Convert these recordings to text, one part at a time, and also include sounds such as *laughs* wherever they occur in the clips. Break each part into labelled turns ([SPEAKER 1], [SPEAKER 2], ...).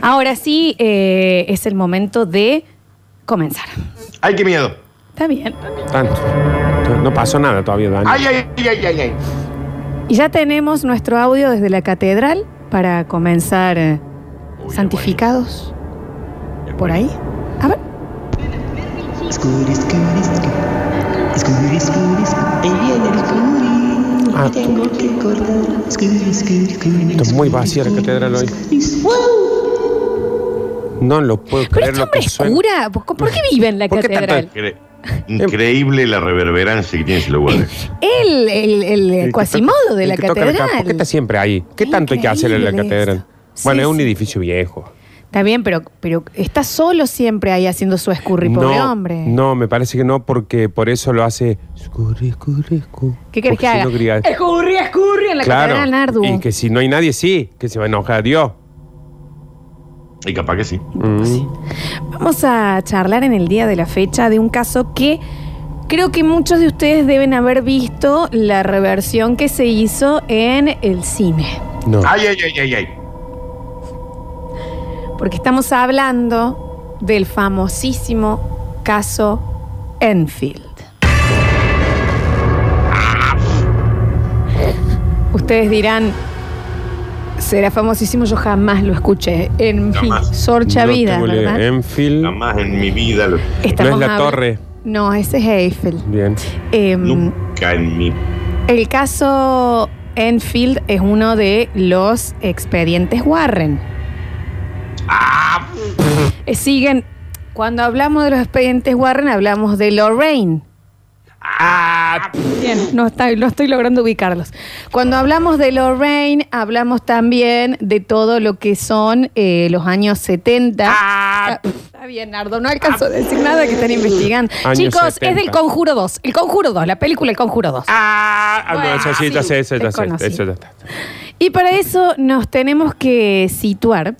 [SPEAKER 1] Ahora sí eh, es el momento de comenzar.
[SPEAKER 2] Ay, qué miedo.
[SPEAKER 1] Está bien.
[SPEAKER 3] Tanto. No pasó nada todavía, Dani.
[SPEAKER 2] Ay, ay, ay, ay, ay, ay.
[SPEAKER 1] Y ya tenemos nuestro audio desde la catedral para comenzar eh, santificados por ahí. A ver.
[SPEAKER 4] Scooby, Scooby, Scooby. Scooby, Scooby, Scooby. Ahí viene el Scooby.
[SPEAKER 3] Ah, tú.
[SPEAKER 4] Tengo que cortar. Scooby, Scooby, Scooby.
[SPEAKER 3] Está muy vacía la catedral hoy. No lo puedo
[SPEAKER 1] Pero
[SPEAKER 3] creer
[SPEAKER 1] este
[SPEAKER 3] lo
[SPEAKER 1] hombre
[SPEAKER 3] que
[SPEAKER 1] es
[SPEAKER 3] suena.
[SPEAKER 1] cura. ¿Por por qué vive en la
[SPEAKER 3] ¿Por qué tanto-
[SPEAKER 1] catedral?
[SPEAKER 2] Incre- Em. Increíble la reverberancia que tiene ese lugar. ¿eh?
[SPEAKER 1] Él, el, el,
[SPEAKER 3] El que
[SPEAKER 1] cuasimodo
[SPEAKER 3] toca-
[SPEAKER 1] de
[SPEAKER 3] el
[SPEAKER 1] la
[SPEAKER 3] que toca
[SPEAKER 1] catedral.
[SPEAKER 3] capa, ¿Por qué está siempre ahí? ¿Qué
[SPEAKER 1] Qué
[SPEAKER 3] tanto hay que hacer en la
[SPEAKER 1] increíble
[SPEAKER 3] catedral?
[SPEAKER 1] esto.
[SPEAKER 3] Bueno,
[SPEAKER 1] Sí,
[SPEAKER 3] es un
[SPEAKER 1] sí.
[SPEAKER 3] edificio viejo.
[SPEAKER 1] Está bien, pero, pero está solo siempre ahí haciendo su escurri, pobre hombre.
[SPEAKER 3] no, me parece que no, porque por eso lo hace. Escurri, escurri, escu.
[SPEAKER 1] ¿Qué querés
[SPEAKER 3] Porque
[SPEAKER 1] que
[SPEAKER 3] si
[SPEAKER 1] haga?
[SPEAKER 3] no grita-
[SPEAKER 1] Escurri, escurri en la catedral Nardu.
[SPEAKER 3] Y que si no hay nadie, sí, que se va a enojar Dios.
[SPEAKER 2] Y capaz que sí.
[SPEAKER 3] Mm.
[SPEAKER 1] Vamos a charlar en el día de la fecha de un caso que creo que muchos de ustedes deben haber visto la reversión que se hizo en el cine.
[SPEAKER 3] Mm, No.
[SPEAKER 2] Ay, ay, ay, ay, ay.
[SPEAKER 1] Porque estamos hablando del famosísimo caso Enfield. Ustedes dirán, será famosísimo, yo jamás lo escuché en mi
[SPEAKER 2] Jamás.
[SPEAKER 1] sorcha
[SPEAKER 3] No
[SPEAKER 1] vida,
[SPEAKER 3] tengo
[SPEAKER 1] ¿verdad?
[SPEAKER 3] idea. Enfield.
[SPEAKER 2] Jamás en mi vida, lo-
[SPEAKER 1] Estamos
[SPEAKER 3] la
[SPEAKER 1] habla-
[SPEAKER 3] torre.
[SPEAKER 1] No, ese es Eiffel.
[SPEAKER 3] Bien.
[SPEAKER 1] Em,
[SPEAKER 2] nunca en mi.
[SPEAKER 1] El caso Enfield es uno de los expedientes Warren. Eh, Siguen, cuando hablamos de los expedientes Warren, hablamos de Lorraine. Bien, no, está- no estoy logrando ubicarlos. Cuando hablamos de Lorraine, hablamos también de todo lo que son eh, los años 70. Está- Está bien, Nardo, no alcanzo a decir nada que están investigando.
[SPEAKER 3] Años
[SPEAKER 1] Chicos, es del
[SPEAKER 3] 70.
[SPEAKER 1] Conjuro 2, el Conjuro 2, la película El Conjuro 2.
[SPEAKER 3] Ah, ah, no, eso sí, ya sé, eso ya sé,
[SPEAKER 1] Desconocido.
[SPEAKER 3] eso ya está.
[SPEAKER 1] Y para eso nos tenemos que situar.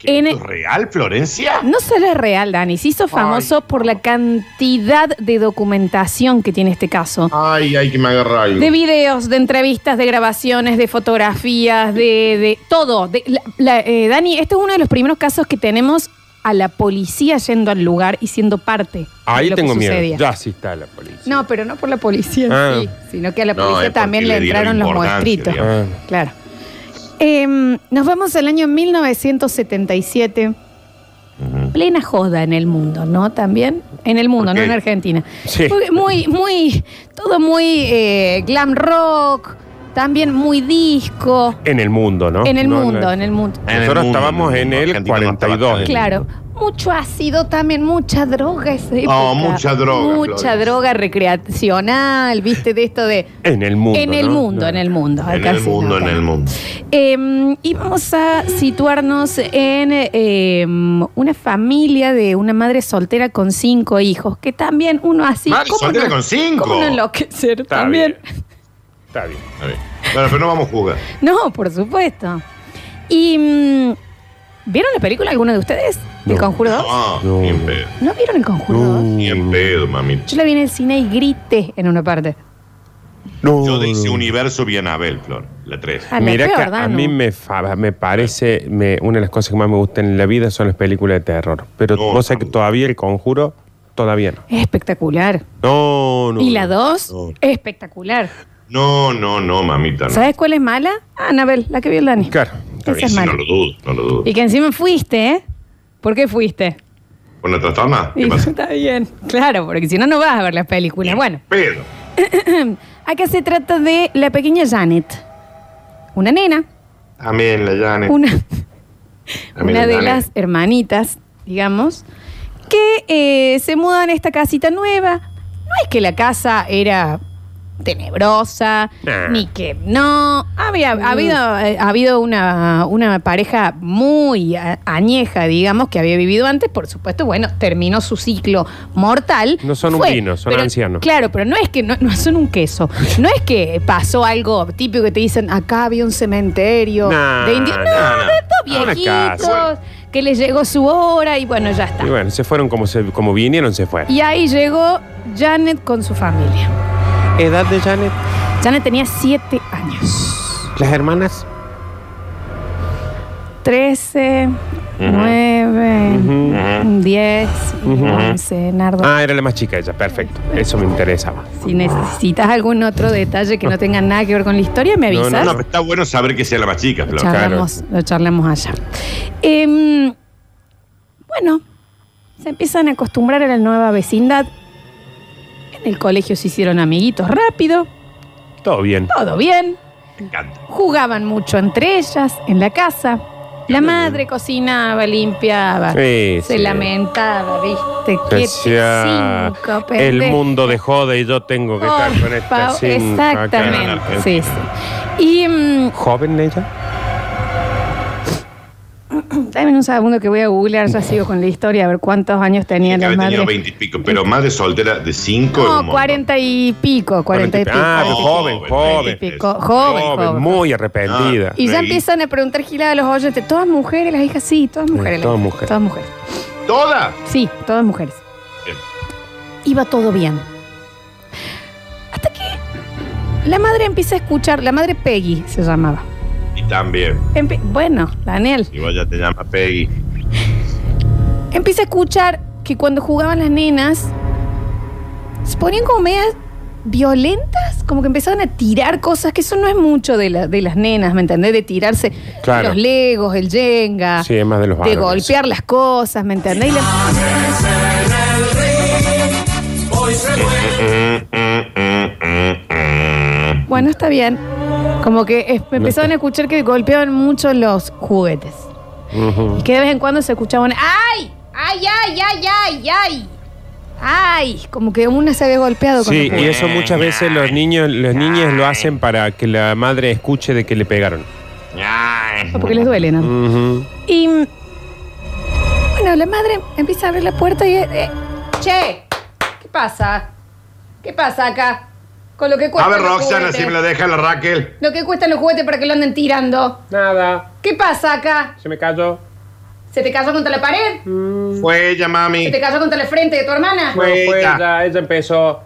[SPEAKER 2] ¿Qué,
[SPEAKER 1] En-
[SPEAKER 2] ¿Esto es real, Florencia?
[SPEAKER 1] No solo es real, Dani, se hizo famoso por la cantidad de documentación que tiene este caso.
[SPEAKER 2] Ay, ay, que me agarra algo.
[SPEAKER 1] De videos, de entrevistas, de grabaciones, de fotografías, de, de todo. De- la- la- eh, Dani, este es uno de los primeros casos que tenemos a la policía yendo al lugar y siendo parte. de
[SPEAKER 3] Ahí
[SPEAKER 1] lo que
[SPEAKER 3] tengo miedo.
[SPEAKER 1] sucedía.
[SPEAKER 3] Ya sí está la policía.
[SPEAKER 1] No, pero no por la policía, en
[SPEAKER 3] Ah.
[SPEAKER 1] sí, sino que a la
[SPEAKER 2] No,
[SPEAKER 1] policía
[SPEAKER 2] es porque
[SPEAKER 1] también le
[SPEAKER 2] le dieron
[SPEAKER 1] entraron los
[SPEAKER 2] importancia,
[SPEAKER 1] muestritos.
[SPEAKER 2] digamos.
[SPEAKER 3] Ah,
[SPEAKER 1] Claro. Em, nos vamos al año 1977. Plena joda en el mundo, ¿no? También en el mundo,
[SPEAKER 2] ¿Por
[SPEAKER 1] no
[SPEAKER 2] qué?
[SPEAKER 1] en Argentina.
[SPEAKER 3] Sí.
[SPEAKER 1] Porque Muy, muy, todo muy eh, glam rock, también muy disco.
[SPEAKER 3] en el mundo, ¿no?
[SPEAKER 1] En el
[SPEAKER 3] No,
[SPEAKER 1] mundo,
[SPEAKER 3] no.
[SPEAKER 1] en el mundo.
[SPEAKER 2] En el
[SPEAKER 3] Nosotros
[SPEAKER 2] mundo,
[SPEAKER 3] estábamos en
[SPEAKER 2] en el mundo.
[SPEAKER 3] el
[SPEAKER 2] Argentina no estaba
[SPEAKER 3] 42.
[SPEAKER 2] tan-
[SPEAKER 1] Claro. Mucho ácido también, mucha droga esa época.
[SPEAKER 2] Oh, mucha droga,
[SPEAKER 1] Mucha
[SPEAKER 2] Flores.
[SPEAKER 1] droga recreacional, viste, de esto de.
[SPEAKER 3] En el mundo.
[SPEAKER 1] en el
[SPEAKER 3] ¿no?
[SPEAKER 1] mundo,
[SPEAKER 3] No.
[SPEAKER 1] en el mundo.
[SPEAKER 2] En el
[SPEAKER 1] Alcancé,
[SPEAKER 2] mundo,
[SPEAKER 1] no,
[SPEAKER 2] en el mundo.
[SPEAKER 1] Eh, y vamos a situarnos en eh, una familia de una madre soltera con cinco hijos, que también uno así.
[SPEAKER 2] Madre
[SPEAKER 1] ¿cómo
[SPEAKER 2] soltera
[SPEAKER 1] no-
[SPEAKER 2] con cinco.
[SPEAKER 1] ¿Cómo no enloquecer
[SPEAKER 3] Está
[SPEAKER 1] también?
[SPEAKER 3] bien. Está bien.
[SPEAKER 2] A ver. Bueno, pero no vamos a jugar.
[SPEAKER 1] No, por supuesto. Y. mm, ¿Vieron la película alguno de ustedes?
[SPEAKER 3] No.
[SPEAKER 1] ¿El Conjuro 2?
[SPEAKER 2] No,
[SPEAKER 3] No.
[SPEAKER 2] ni en pedo.
[SPEAKER 1] ¿No vieron el Conjuro 2?
[SPEAKER 2] Ni en pedo, mami.
[SPEAKER 1] Yo la vi en el cine y grité en una parte.
[SPEAKER 3] No.
[SPEAKER 2] Yo de ese universo vi a Anabel, Flor. La 3.
[SPEAKER 1] Ah, A la
[SPEAKER 3] Mira
[SPEAKER 1] peor,
[SPEAKER 3] que a- a
[SPEAKER 1] Danu.
[SPEAKER 3] mí me, fa- me parece, me- una de las cosas que más me gustan en la vida son las películas de terror. Pero
[SPEAKER 2] No,
[SPEAKER 3] vos sabés
[SPEAKER 2] no.
[SPEAKER 3] que todavía el conjuro, todavía no.
[SPEAKER 1] Es espectacular.
[SPEAKER 3] No, no.
[SPEAKER 1] y la 2
[SPEAKER 2] no.
[SPEAKER 1] es espectacular.
[SPEAKER 2] No, no, no, mamita. No.
[SPEAKER 1] ¿Sabes cuál es mala? Anabel, la que vio el Dani.
[SPEAKER 3] Claro.
[SPEAKER 1] Esa
[SPEAKER 2] Y
[SPEAKER 1] es
[SPEAKER 2] si
[SPEAKER 1] mala.
[SPEAKER 2] no lo dudo, no lo dudo.
[SPEAKER 1] Y que encima fuiste, ¿eh? ¿Por qué fuiste?
[SPEAKER 2] ¿Con la trastorna? ¿Qué
[SPEAKER 1] Y
[SPEAKER 2] pasa?
[SPEAKER 1] *laughs* está bien. Claro, porque si no, no vas a ver las películas. Bueno,
[SPEAKER 2] Pedo.
[SPEAKER 1] acá se trata de la pequeña Janet. Una nena,
[SPEAKER 2] También la llane.
[SPEAKER 1] una,
[SPEAKER 2] También
[SPEAKER 1] una
[SPEAKER 2] la
[SPEAKER 1] de
[SPEAKER 2] llane.
[SPEAKER 1] las hermanitas, digamos, que eh, se mudan a esta casita nueva. No es que la casa era tenebrosa,
[SPEAKER 3] Nah.
[SPEAKER 1] ni que no. Había, ha habido, eh, ha habido una, una pareja muy a- añeja, digamos, que había vivido antes. Por supuesto, bueno, terminó su ciclo mortal.
[SPEAKER 3] No son un vino, son
[SPEAKER 1] pero-
[SPEAKER 3] ancianos.
[SPEAKER 1] Claro, pero no es que no, no son un
[SPEAKER 3] *laughs*
[SPEAKER 1] queso. No es que pasó algo típico que te dicen, acá había un cementerio
[SPEAKER 3] Nah,
[SPEAKER 1] de indios. No,
[SPEAKER 3] nah, nah.
[SPEAKER 1] de
[SPEAKER 3] Una
[SPEAKER 1] estos viejitos
[SPEAKER 3] casa.
[SPEAKER 1] que les llegó su hora y bueno, ya está.
[SPEAKER 3] Y bueno, se fueron como, se, como vinieron, se fueron.
[SPEAKER 1] Y ahí llegó Janet con su familia.
[SPEAKER 3] ¿Edad de Janet?
[SPEAKER 1] Janet tenía siete años.
[SPEAKER 3] ¿Las hermanas?
[SPEAKER 1] 13, nueve,
[SPEAKER 2] Ujú.
[SPEAKER 1] diez, y once, Nardo.
[SPEAKER 5] Ah, era la más chica ella, perfecto. Eso me interesaba.
[SPEAKER 1] Si necesitas algún otro detalle que no tenga nada que ver con la historia, me
[SPEAKER 5] No,
[SPEAKER 1] avisas.
[SPEAKER 2] No, pero está bueno saber que sea la más chica,
[SPEAKER 1] lo,
[SPEAKER 2] Flor.
[SPEAKER 1] charlamos, lo charlamos allá. Em, bueno, se empiezan a acostumbrar a la nueva vecindad. En el colegio se hicieron amiguitos rápido,
[SPEAKER 5] Todo bien.
[SPEAKER 1] todo bien.
[SPEAKER 2] Me encanta.
[SPEAKER 1] Jugaban mucho entre ellas en la casa. La madre cocinaba, limpiaba,
[SPEAKER 5] Sí,
[SPEAKER 1] se
[SPEAKER 5] sí.
[SPEAKER 1] lamentaba, viste,
[SPEAKER 5] Que
[SPEAKER 1] que
[SPEAKER 5] sea,
[SPEAKER 1] cinco
[SPEAKER 5] el
[SPEAKER 1] pendejos.
[SPEAKER 5] mundo de joda y yo tengo que
[SPEAKER 1] Por
[SPEAKER 5] estar con esta
[SPEAKER 1] favor,
[SPEAKER 5] sin
[SPEAKER 1] Exactamente,
[SPEAKER 2] acá.
[SPEAKER 1] sí, sí. Y mm,
[SPEAKER 5] ¿Joven ella?
[SPEAKER 1] dame un segundo que voy a googlear, ya sigo con la historia, a ver cuántos años tenía la
[SPEAKER 2] Cada vez tenía
[SPEAKER 1] madre.
[SPEAKER 2] 20 y pico, pero madre soltera de 5
[SPEAKER 1] No, cuarenta y pico, cuarenta y pico.
[SPEAKER 5] Ah, pero
[SPEAKER 2] Oh,
[SPEAKER 5] joven,
[SPEAKER 1] y
[SPEAKER 5] joven.
[SPEAKER 2] joven.
[SPEAKER 1] pico. Joven, joven.
[SPEAKER 5] muy arrepentida.
[SPEAKER 1] Y ya
[SPEAKER 2] Reí.
[SPEAKER 1] empiezan a preguntar gilada a los oyentes, ¿todas mujeres las hijas? Sí, todas mujeres. las
[SPEAKER 5] todas
[SPEAKER 1] hijas,
[SPEAKER 5] mujeres.
[SPEAKER 1] Todas mujeres.
[SPEAKER 2] ¿Toda?
[SPEAKER 1] Sí, todas mujeres.
[SPEAKER 2] Bien.
[SPEAKER 1] Iba todo bien. Hasta que la madre empieza a escuchar, la madre Peggy se llamaba.
[SPEAKER 2] Y también.
[SPEAKER 1] Empe- bueno, Daniel.
[SPEAKER 2] Igual ya te llama Peggy.
[SPEAKER 1] Empieza a escuchar que cuando jugaban las nenas se ponían como medias violentas, como que empezaban a tirar cosas, que eso no es mucho de, la- de las nenas, ¿me entendés? De tirarse
[SPEAKER 5] Claro.
[SPEAKER 1] los legos, el yenga,
[SPEAKER 5] Sí, es más de los
[SPEAKER 1] de
[SPEAKER 5] varones.
[SPEAKER 1] golpear las cosas, ¿me entendés? Y la-
[SPEAKER 2] Mm, mm, mm, mm, mm.
[SPEAKER 1] bueno, está bien. Como que eh, empezaban
[SPEAKER 5] está.
[SPEAKER 1] a escuchar que golpeaban mucho los juguetes. Ah.
[SPEAKER 5] Ujú.
[SPEAKER 1] Y que de vez en cuando se escuchaban, ¡ay! ¡Ay, ay, ay, ay, ay! ¡Ay! Como que una se había golpeado con los
[SPEAKER 5] Sí,
[SPEAKER 1] juguetes.
[SPEAKER 5] y eso muchas veces los niños, los niños lo hacen para que la madre escuche de que le pegaron.
[SPEAKER 2] Ay.
[SPEAKER 1] Porque les duele, ¿no?
[SPEAKER 5] Ujú.
[SPEAKER 1] Y mm, bueno, la madre empieza a abrir la puerta y... eh, che, ¿qué pasa? ¿Qué pasa acá? Con lo que
[SPEAKER 2] A
[SPEAKER 1] cuesta
[SPEAKER 2] ver, Roxana, si me lo deja la Raquel.
[SPEAKER 1] Lo que cuestan los juguetes para que lo anden tirando.
[SPEAKER 5] Nada,
[SPEAKER 1] ¿Qué pasa acá?
[SPEAKER 5] se me cayó.
[SPEAKER 1] ¿Se te cayó contra la pared?
[SPEAKER 2] Mm. Fue ella,
[SPEAKER 1] ¿Se
[SPEAKER 2] mami.
[SPEAKER 1] te cayó contra la frente de tu hermana?
[SPEAKER 2] Fue ella.
[SPEAKER 5] ella empezó.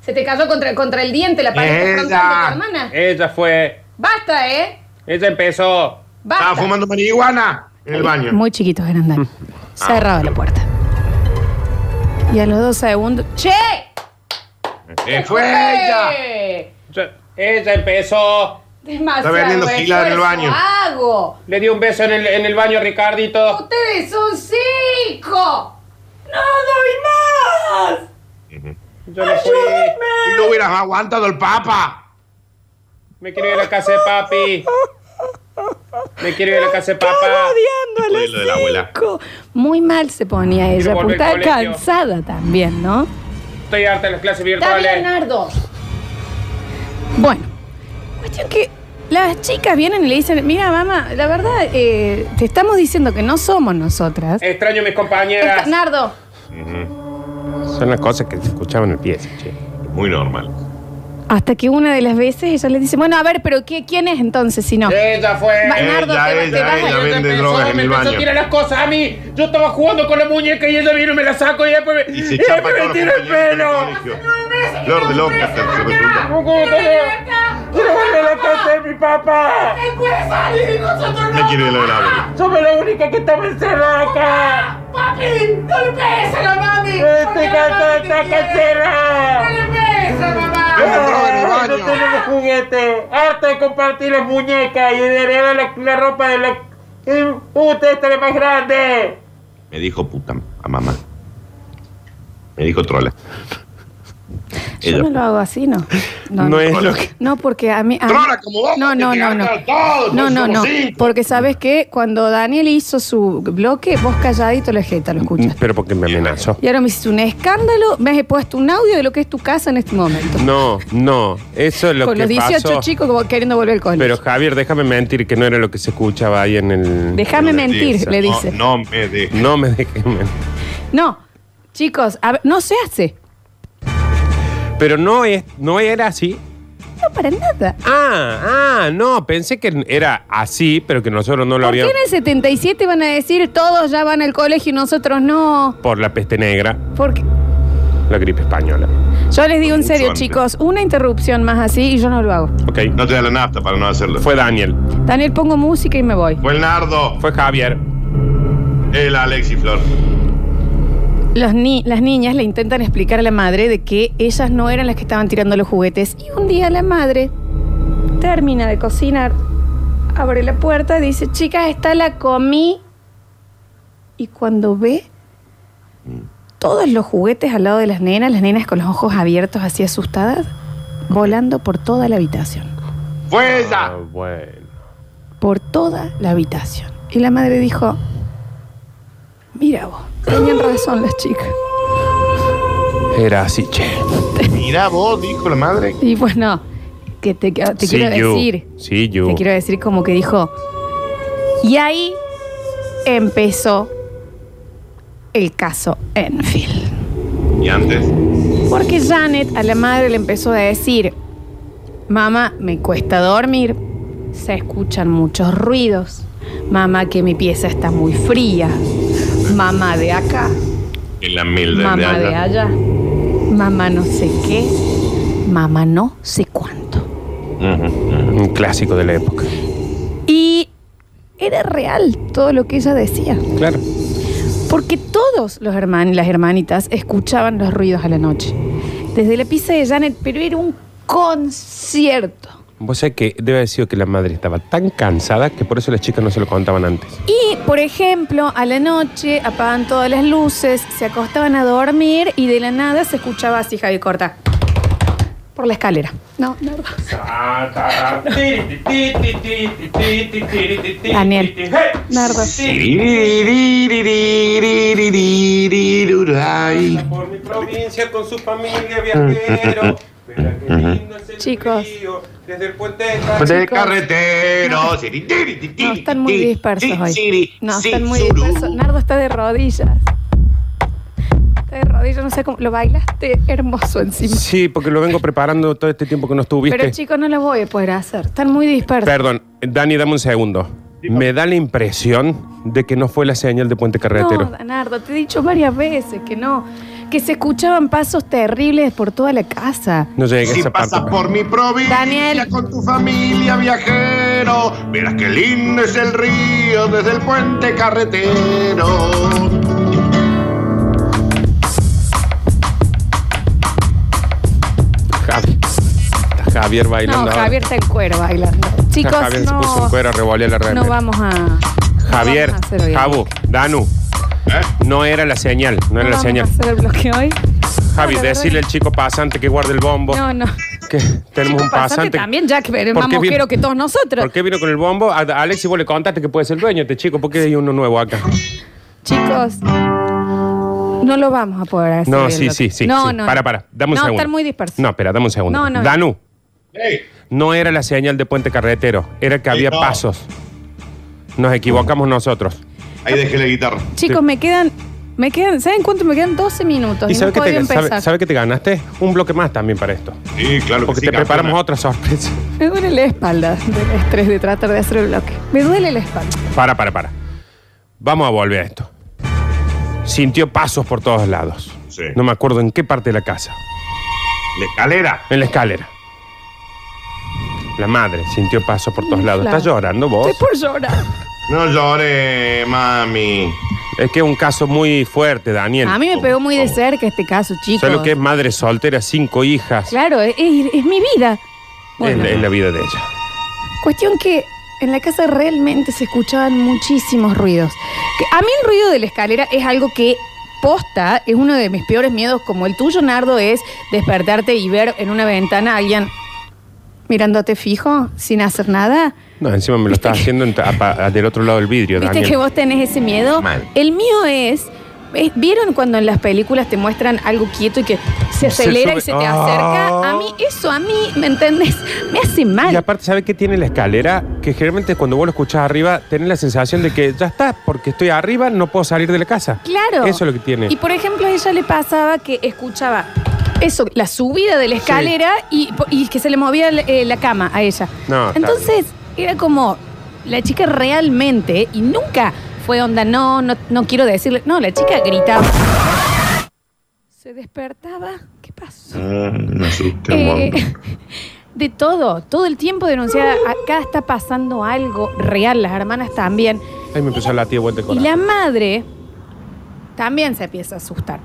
[SPEAKER 1] ¿Se te cayó contra, contra el diente la pared
[SPEAKER 2] Ella. Eh.
[SPEAKER 1] confrontando de tu hermana?
[SPEAKER 5] Ella fue.
[SPEAKER 1] Basta, ¿eh?
[SPEAKER 5] Ella empezó.
[SPEAKER 1] Basta.
[SPEAKER 2] Estaba fumando Mm. marihuana en el baño.
[SPEAKER 1] Muy chiquitos eran Dani.
[SPEAKER 2] Ah.
[SPEAKER 1] Cerraba la puerta. Y a los dos segundos... ¡Che!
[SPEAKER 2] Eh, fue ella.
[SPEAKER 1] ella!
[SPEAKER 5] Ella empezó.
[SPEAKER 1] Demasiado
[SPEAKER 2] Está vendiendo gila en el
[SPEAKER 1] esfuerzo
[SPEAKER 2] baño.
[SPEAKER 1] hago.
[SPEAKER 5] Le di un beso en el, en el baño a Ricardito.
[SPEAKER 1] Ustedes son cinco. No doy más.
[SPEAKER 5] Yo me fui.
[SPEAKER 2] Si no hubieras aguantado el papa.
[SPEAKER 5] Me quiero ir a la casa de papi. Me quiero ir a la casa de papá.
[SPEAKER 1] Odiando
[SPEAKER 2] Después de lo de la abuela.
[SPEAKER 1] cinco. Muy mal se ponía ella,
[SPEAKER 5] volver
[SPEAKER 1] porque
[SPEAKER 5] al
[SPEAKER 1] estaba
[SPEAKER 5] colegio.
[SPEAKER 1] cansada también, ¿no?
[SPEAKER 5] Estoy harta de las clases
[SPEAKER 1] Está bien,
[SPEAKER 5] virtuales.
[SPEAKER 1] Nardo. Bueno, cuestión que las chicas vienen y le dicen, mira, mamá, la verdad, eh, te estamos diciendo que no somos nosotras.
[SPEAKER 5] Extraño a mis
[SPEAKER 1] Esta-
[SPEAKER 5] compañeras.
[SPEAKER 1] Nardo,
[SPEAKER 5] Son las cosas que se escuchaban en el pie. che.
[SPEAKER 2] Muy normal.
[SPEAKER 1] hasta que una de las veces ella le dice, bueno, a ver, pero qué, ¿quién es entonces si no?
[SPEAKER 5] Ella fue.
[SPEAKER 1] Va- Nardo,
[SPEAKER 2] ella,
[SPEAKER 1] te va- te
[SPEAKER 2] ella,
[SPEAKER 1] vas a-
[SPEAKER 2] ella
[SPEAKER 1] Ella
[SPEAKER 2] vende drogas en
[SPEAKER 5] me
[SPEAKER 2] el
[SPEAKER 5] empezó a
[SPEAKER 2] baño.
[SPEAKER 5] tirar las cosas a mí. Yo estaba jugando con la muñeca y ella vino y me la saco y después me,
[SPEAKER 2] Y se
[SPEAKER 5] y después
[SPEAKER 1] *laughs*
[SPEAKER 2] chapa a todos
[SPEAKER 5] me
[SPEAKER 2] los
[SPEAKER 5] tira el
[SPEAKER 2] compañeros
[SPEAKER 5] pelo.
[SPEAKER 2] del colegio. Flor de loca, se resulta.
[SPEAKER 5] No, ¿cómo te digo? Quiero volver a la casa de mi papá.
[SPEAKER 2] No quiere ir a lo de la abuela.
[SPEAKER 5] Somos la única que estaba encerrada acá.
[SPEAKER 6] ¡Papi! ¡No le pegues a la mami!
[SPEAKER 5] Estoy cansada de esta casera.
[SPEAKER 6] ¡No le
[SPEAKER 5] Este
[SPEAKER 6] pegues a la mamá!
[SPEAKER 2] Vende droga en el
[SPEAKER 5] Ay, No
[SPEAKER 2] baño.
[SPEAKER 5] tenemos juguete. Harta de compartir las muñecas y de heredar la, la ropa de la. Eh, Puta, esta es la más grande.
[SPEAKER 2] Me dijo puta a mamá. Me dijo trola.
[SPEAKER 1] Yo
[SPEAKER 2] Ella.
[SPEAKER 1] no lo hago así, ¿no.
[SPEAKER 5] No es lo que-
[SPEAKER 1] No, porque a mí. a mí-
[SPEAKER 2] Trola como vos,
[SPEAKER 1] No,
[SPEAKER 2] te
[SPEAKER 1] no, no,
[SPEAKER 2] quedaste
[SPEAKER 1] no.
[SPEAKER 2] al todo,
[SPEAKER 1] No,
[SPEAKER 2] todos
[SPEAKER 1] no, no.
[SPEAKER 2] somos cinco.
[SPEAKER 1] Porque sabes que cuando Daniel hizo su bloque, vos calladito la jeta, lo escuchas.
[SPEAKER 5] Pero porque me amenazó.
[SPEAKER 1] Y ahora me hiciste un escándalo, me has puesto un audio de lo que es tu casa en este momento.
[SPEAKER 5] No, no, eso es lo
[SPEAKER 1] Con
[SPEAKER 5] que
[SPEAKER 1] los 18
[SPEAKER 5] pasó.
[SPEAKER 1] chicos como queriendo volver al
[SPEAKER 5] Pero
[SPEAKER 1] colegio.
[SPEAKER 5] Javier, déjame mentir que no era lo que se escuchaba ahí en el.
[SPEAKER 1] Déjame mentir,
[SPEAKER 2] No,
[SPEAKER 1] le dice. No,
[SPEAKER 2] No, me dejes.
[SPEAKER 5] No me dejes mentir.
[SPEAKER 1] chicos, a ver, no se hace.
[SPEAKER 5] Pero no es, no era así.
[SPEAKER 1] No, para nada.
[SPEAKER 5] Ah, ah, no, pensé que era así, pero que nosotros no lo
[SPEAKER 1] ¿Por qué
[SPEAKER 5] habíamos.
[SPEAKER 1] en el 77 van a decir todos ya van al colegio y nosotros no?
[SPEAKER 5] Por la peste negra,
[SPEAKER 1] Porque
[SPEAKER 5] la gripe española.
[SPEAKER 1] yo les digo en
[SPEAKER 2] Mucho
[SPEAKER 1] serio,
[SPEAKER 2] antes.
[SPEAKER 1] chicos, una interrupción más así y yo no lo hago.
[SPEAKER 5] Ok.
[SPEAKER 2] No te da la nafta para no hacerlo.
[SPEAKER 5] Fue Daniel,
[SPEAKER 1] Daniel, pongo música y me voy.
[SPEAKER 2] Fue el nardo.
[SPEAKER 5] fue Javier.
[SPEAKER 2] El Alexi Flor.
[SPEAKER 1] Los ni- las niñas le intentan explicar a la madre de que ellas no eran las que estaban tirando los juguetes. Y un día la madre termina de cocinar, abre la puerta, dice, chicas, está la comí. Y cuando ve todos los juguetes al lado de las nenas, las nenas con los ojos abiertos así asustadas, volando por toda la habitación.
[SPEAKER 2] ¡Fue
[SPEAKER 3] Ah.
[SPEAKER 2] ella!
[SPEAKER 3] bueno.
[SPEAKER 1] Por toda la habitación. Y la madre dijo, mira vos, tenían razón las chicas.
[SPEAKER 3] Era así, che.
[SPEAKER 2] Mirá vos, dijo la madre.
[SPEAKER 1] Y bueno, que te, te quiero
[SPEAKER 3] See you.
[SPEAKER 1] decir,
[SPEAKER 3] See you.
[SPEAKER 1] te quiero decir como que dijo. Y ahí empezó el caso Enfield.
[SPEAKER 2] Y antes.
[SPEAKER 1] Porque Janet a la madre le empezó a decir, mamá, me cuesta dormir, se escuchan muchos ruidos, mamá, que mi pieza está muy fría, mamá de acá,
[SPEAKER 2] En la mil de
[SPEAKER 1] mamá de
[SPEAKER 2] allá.
[SPEAKER 1] allá, mamá no sé qué, mamá no sé cuánto.
[SPEAKER 2] Ujú.
[SPEAKER 3] Un clásico de la época.
[SPEAKER 1] Y era real todo lo que ella decía.
[SPEAKER 3] Claro.
[SPEAKER 1] Porque todos los hermanos las hermanitas escuchaban los ruidos a la noche. Desde la pizza de Janet, pero era un concierto.
[SPEAKER 3] Vos sabés que debe haber sido que la madre estaba tan cansada que por eso las chicas no se lo contaban antes.
[SPEAKER 1] Y, por ejemplo, a la noche apagaban todas las luces, se acostaban a dormir y de la nada se escuchaba así Javi Corta. Por la escalera. No, no. Daniel. Nardo.
[SPEAKER 2] Uruguay.
[SPEAKER 5] Por mi provincia con su familia viajero. Verá qué lindo es el
[SPEAKER 1] Chicos.
[SPEAKER 5] río, Desde el puente de
[SPEAKER 2] Pues De
[SPEAKER 1] Chicos.
[SPEAKER 2] carretero.
[SPEAKER 1] No, están muy dispersos hoy. No, están muy dispersos. Nardo está de rodillas. Está de rodillas, no sé cómo. Lo bailaste hermoso encima.
[SPEAKER 3] Sí, porque lo vengo preparando todo este tiempo que no estuviste.
[SPEAKER 1] Pero chicos, no lo voy a poder hacer. Están muy dispersos.
[SPEAKER 3] Perdón, Dani, dame un segundo. Me da la impresión de que no fue la señal de Puente Carretero.
[SPEAKER 1] No, Nardo, te he dicho varias veces que no. Que se escuchaban pasos terribles por toda la casa.
[SPEAKER 3] No llegué a
[SPEAKER 2] Si
[SPEAKER 3] esa parte.
[SPEAKER 2] pasas por mi provincia
[SPEAKER 1] Daniel.
[SPEAKER 2] con tu familia viajero, verás qué lindo es el río desde el puente carretero.
[SPEAKER 3] Javi. Está Javier bailando.
[SPEAKER 1] No,
[SPEAKER 3] ahora.
[SPEAKER 1] Javier está en cuero bailando.
[SPEAKER 3] Está
[SPEAKER 1] Chicos,
[SPEAKER 3] Javier
[SPEAKER 1] no,
[SPEAKER 3] se puso un cuero, revolvió la remera.
[SPEAKER 1] no vamos a. no
[SPEAKER 3] Javier,
[SPEAKER 1] vamos a hacer hoy.
[SPEAKER 3] Jabu, Danu,
[SPEAKER 2] ¿Eh?
[SPEAKER 3] no era la señal, no
[SPEAKER 1] No
[SPEAKER 3] era la
[SPEAKER 1] vamos a
[SPEAKER 3] señal.
[SPEAKER 1] hacer el bloque hoy.
[SPEAKER 3] Javi,
[SPEAKER 1] No, la verdad
[SPEAKER 3] decirle al chico pasante que guarde el bombo.
[SPEAKER 1] No, no.
[SPEAKER 3] Que tenemos
[SPEAKER 1] Chico
[SPEAKER 3] un pasante.
[SPEAKER 1] también, Jack, pero es
[SPEAKER 3] ¿Por
[SPEAKER 1] más
[SPEAKER 3] qué vino-
[SPEAKER 1] mosquero que todos nosotros.
[SPEAKER 3] ¿Por qué vino con el bombo? A a Alex, si vos le contaste que puede ser dueño este chico, porque hay uno nuevo acá.
[SPEAKER 1] Chicos, no lo vamos a poder hacer.
[SPEAKER 3] No,
[SPEAKER 1] el
[SPEAKER 3] sí,
[SPEAKER 1] bloque.
[SPEAKER 3] sí, sí.
[SPEAKER 1] No,
[SPEAKER 3] sí.
[SPEAKER 1] no.
[SPEAKER 3] Para, para, dame un
[SPEAKER 1] no,
[SPEAKER 3] segundo.
[SPEAKER 1] están muy dispersos.
[SPEAKER 3] No, espera, dame un segundo.
[SPEAKER 1] No, no.
[SPEAKER 3] Danu,
[SPEAKER 2] Hey,
[SPEAKER 3] no era la señal de Puente Carretero, era que había
[SPEAKER 2] no.
[SPEAKER 3] pasos. Nos equivocamos nosotros.
[SPEAKER 2] ahí dejé la guitarra.
[SPEAKER 1] Chicos, me quedan, me quedan, ¿saben cuánto? Me quedan 12 minutos.
[SPEAKER 3] ¿Y
[SPEAKER 1] Y,
[SPEAKER 3] sabes
[SPEAKER 1] no
[SPEAKER 3] qué
[SPEAKER 1] podía
[SPEAKER 3] te,
[SPEAKER 1] empezar.
[SPEAKER 3] sabe- sabe qué te ganaste? Un bloque más también para esto.
[SPEAKER 2] Sí, claro que
[SPEAKER 3] Porque
[SPEAKER 2] sí,
[SPEAKER 3] te
[SPEAKER 2] campeona.
[SPEAKER 3] preparamos otra sorpresa.
[SPEAKER 1] Me duele la espalda del estrés de tratar de hacer el bloque. Me duele la espalda.
[SPEAKER 3] Para, para, para. Vamos a volver a esto. Sintió pasos por todos lados.
[SPEAKER 2] Sí.
[SPEAKER 3] No me acuerdo en qué parte de la casa.
[SPEAKER 2] La escalera.
[SPEAKER 3] En la escalera. La madre sintió pasos por todos lados.
[SPEAKER 1] Claro.
[SPEAKER 3] ¿Estás llorando vos?
[SPEAKER 1] Estoy por llorar.
[SPEAKER 2] No lloré, mami.
[SPEAKER 3] Es que es un caso muy fuerte, Daniel.
[SPEAKER 1] A mí me
[SPEAKER 2] por
[SPEAKER 1] pegó muy de
[SPEAKER 2] favor.
[SPEAKER 1] cerca este caso, chicos.
[SPEAKER 3] Solo que es madre soltera, cinco hijas.
[SPEAKER 1] Claro, es, es- es mi vida.
[SPEAKER 3] Es,
[SPEAKER 1] Bueno,
[SPEAKER 3] la, es la vida de ella.
[SPEAKER 1] cuestión que en la casa realmente se escuchaban muchísimos ruidos. Que a mí el ruido de la escalera es algo que posta, es uno de mis peores miedos, como el tuyo, Nardo, es despertarte y ver en una ventana a alguien mirándote fijo, sin hacer nada.
[SPEAKER 3] No, encima me lo estás haciendo en- a- pa- del otro lado del vidrio,
[SPEAKER 1] Viste
[SPEAKER 3] Daniel.
[SPEAKER 1] que vos tenés ese miedo.
[SPEAKER 2] Mal.
[SPEAKER 1] El mío es, es- ¿Vieron cuando en las películas te muestran algo quieto y que se
[SPEAKER 3] Se
[SPEAKER 1] acelera
[SPEAKER 3] sube.
[SPEAKER 1] y se te acerca?
[SPEAKER 3] Ah.
[SPEAKER 1] A mí, eso a mí, ¿me entendés? Me hace mal.
[SPEAKER 3] Y aparte, ¿sabes qué tiene la escalera? Que generalmente cuando vos lo escuchás arriba, tenés la sensación de que ya está, porque estoy arriba, no puedo salir de la casa.
[SPEAKER 1] Claro.
[SPEAKER 3] Eso es lo que tiene.
[SPEAKER 1] Y por ejemplo, a ella le pasaba que escuchaba eso, la subida de la escalera y po- y, que se le movía el- eh, la cama a ella.
[SPEAKER 3] No, está
[SPEAKER 1] Entonces, era como la chica realmente, y nunca fue onda, no, no, no quiero decirle. No, la chica gritaba. Se despertaba. ¿Qué pasó?
[SPEAKER 2] Ah, me asusté un
[SPEAKER 1] Eh,
[SPEAKER 2] montón.
[SPEAKER 1] *laughs* de todo, todo el tiempo denunciada. Acá está pasando algo real, las hermanas también.
[SPEAKER 3] Ahí me empezó a latir de vuelta el
[SPEAKER 1] Y
[SPEAKER 3] corazón.
[SPEAKER 1] la madre también se empieza a asustar.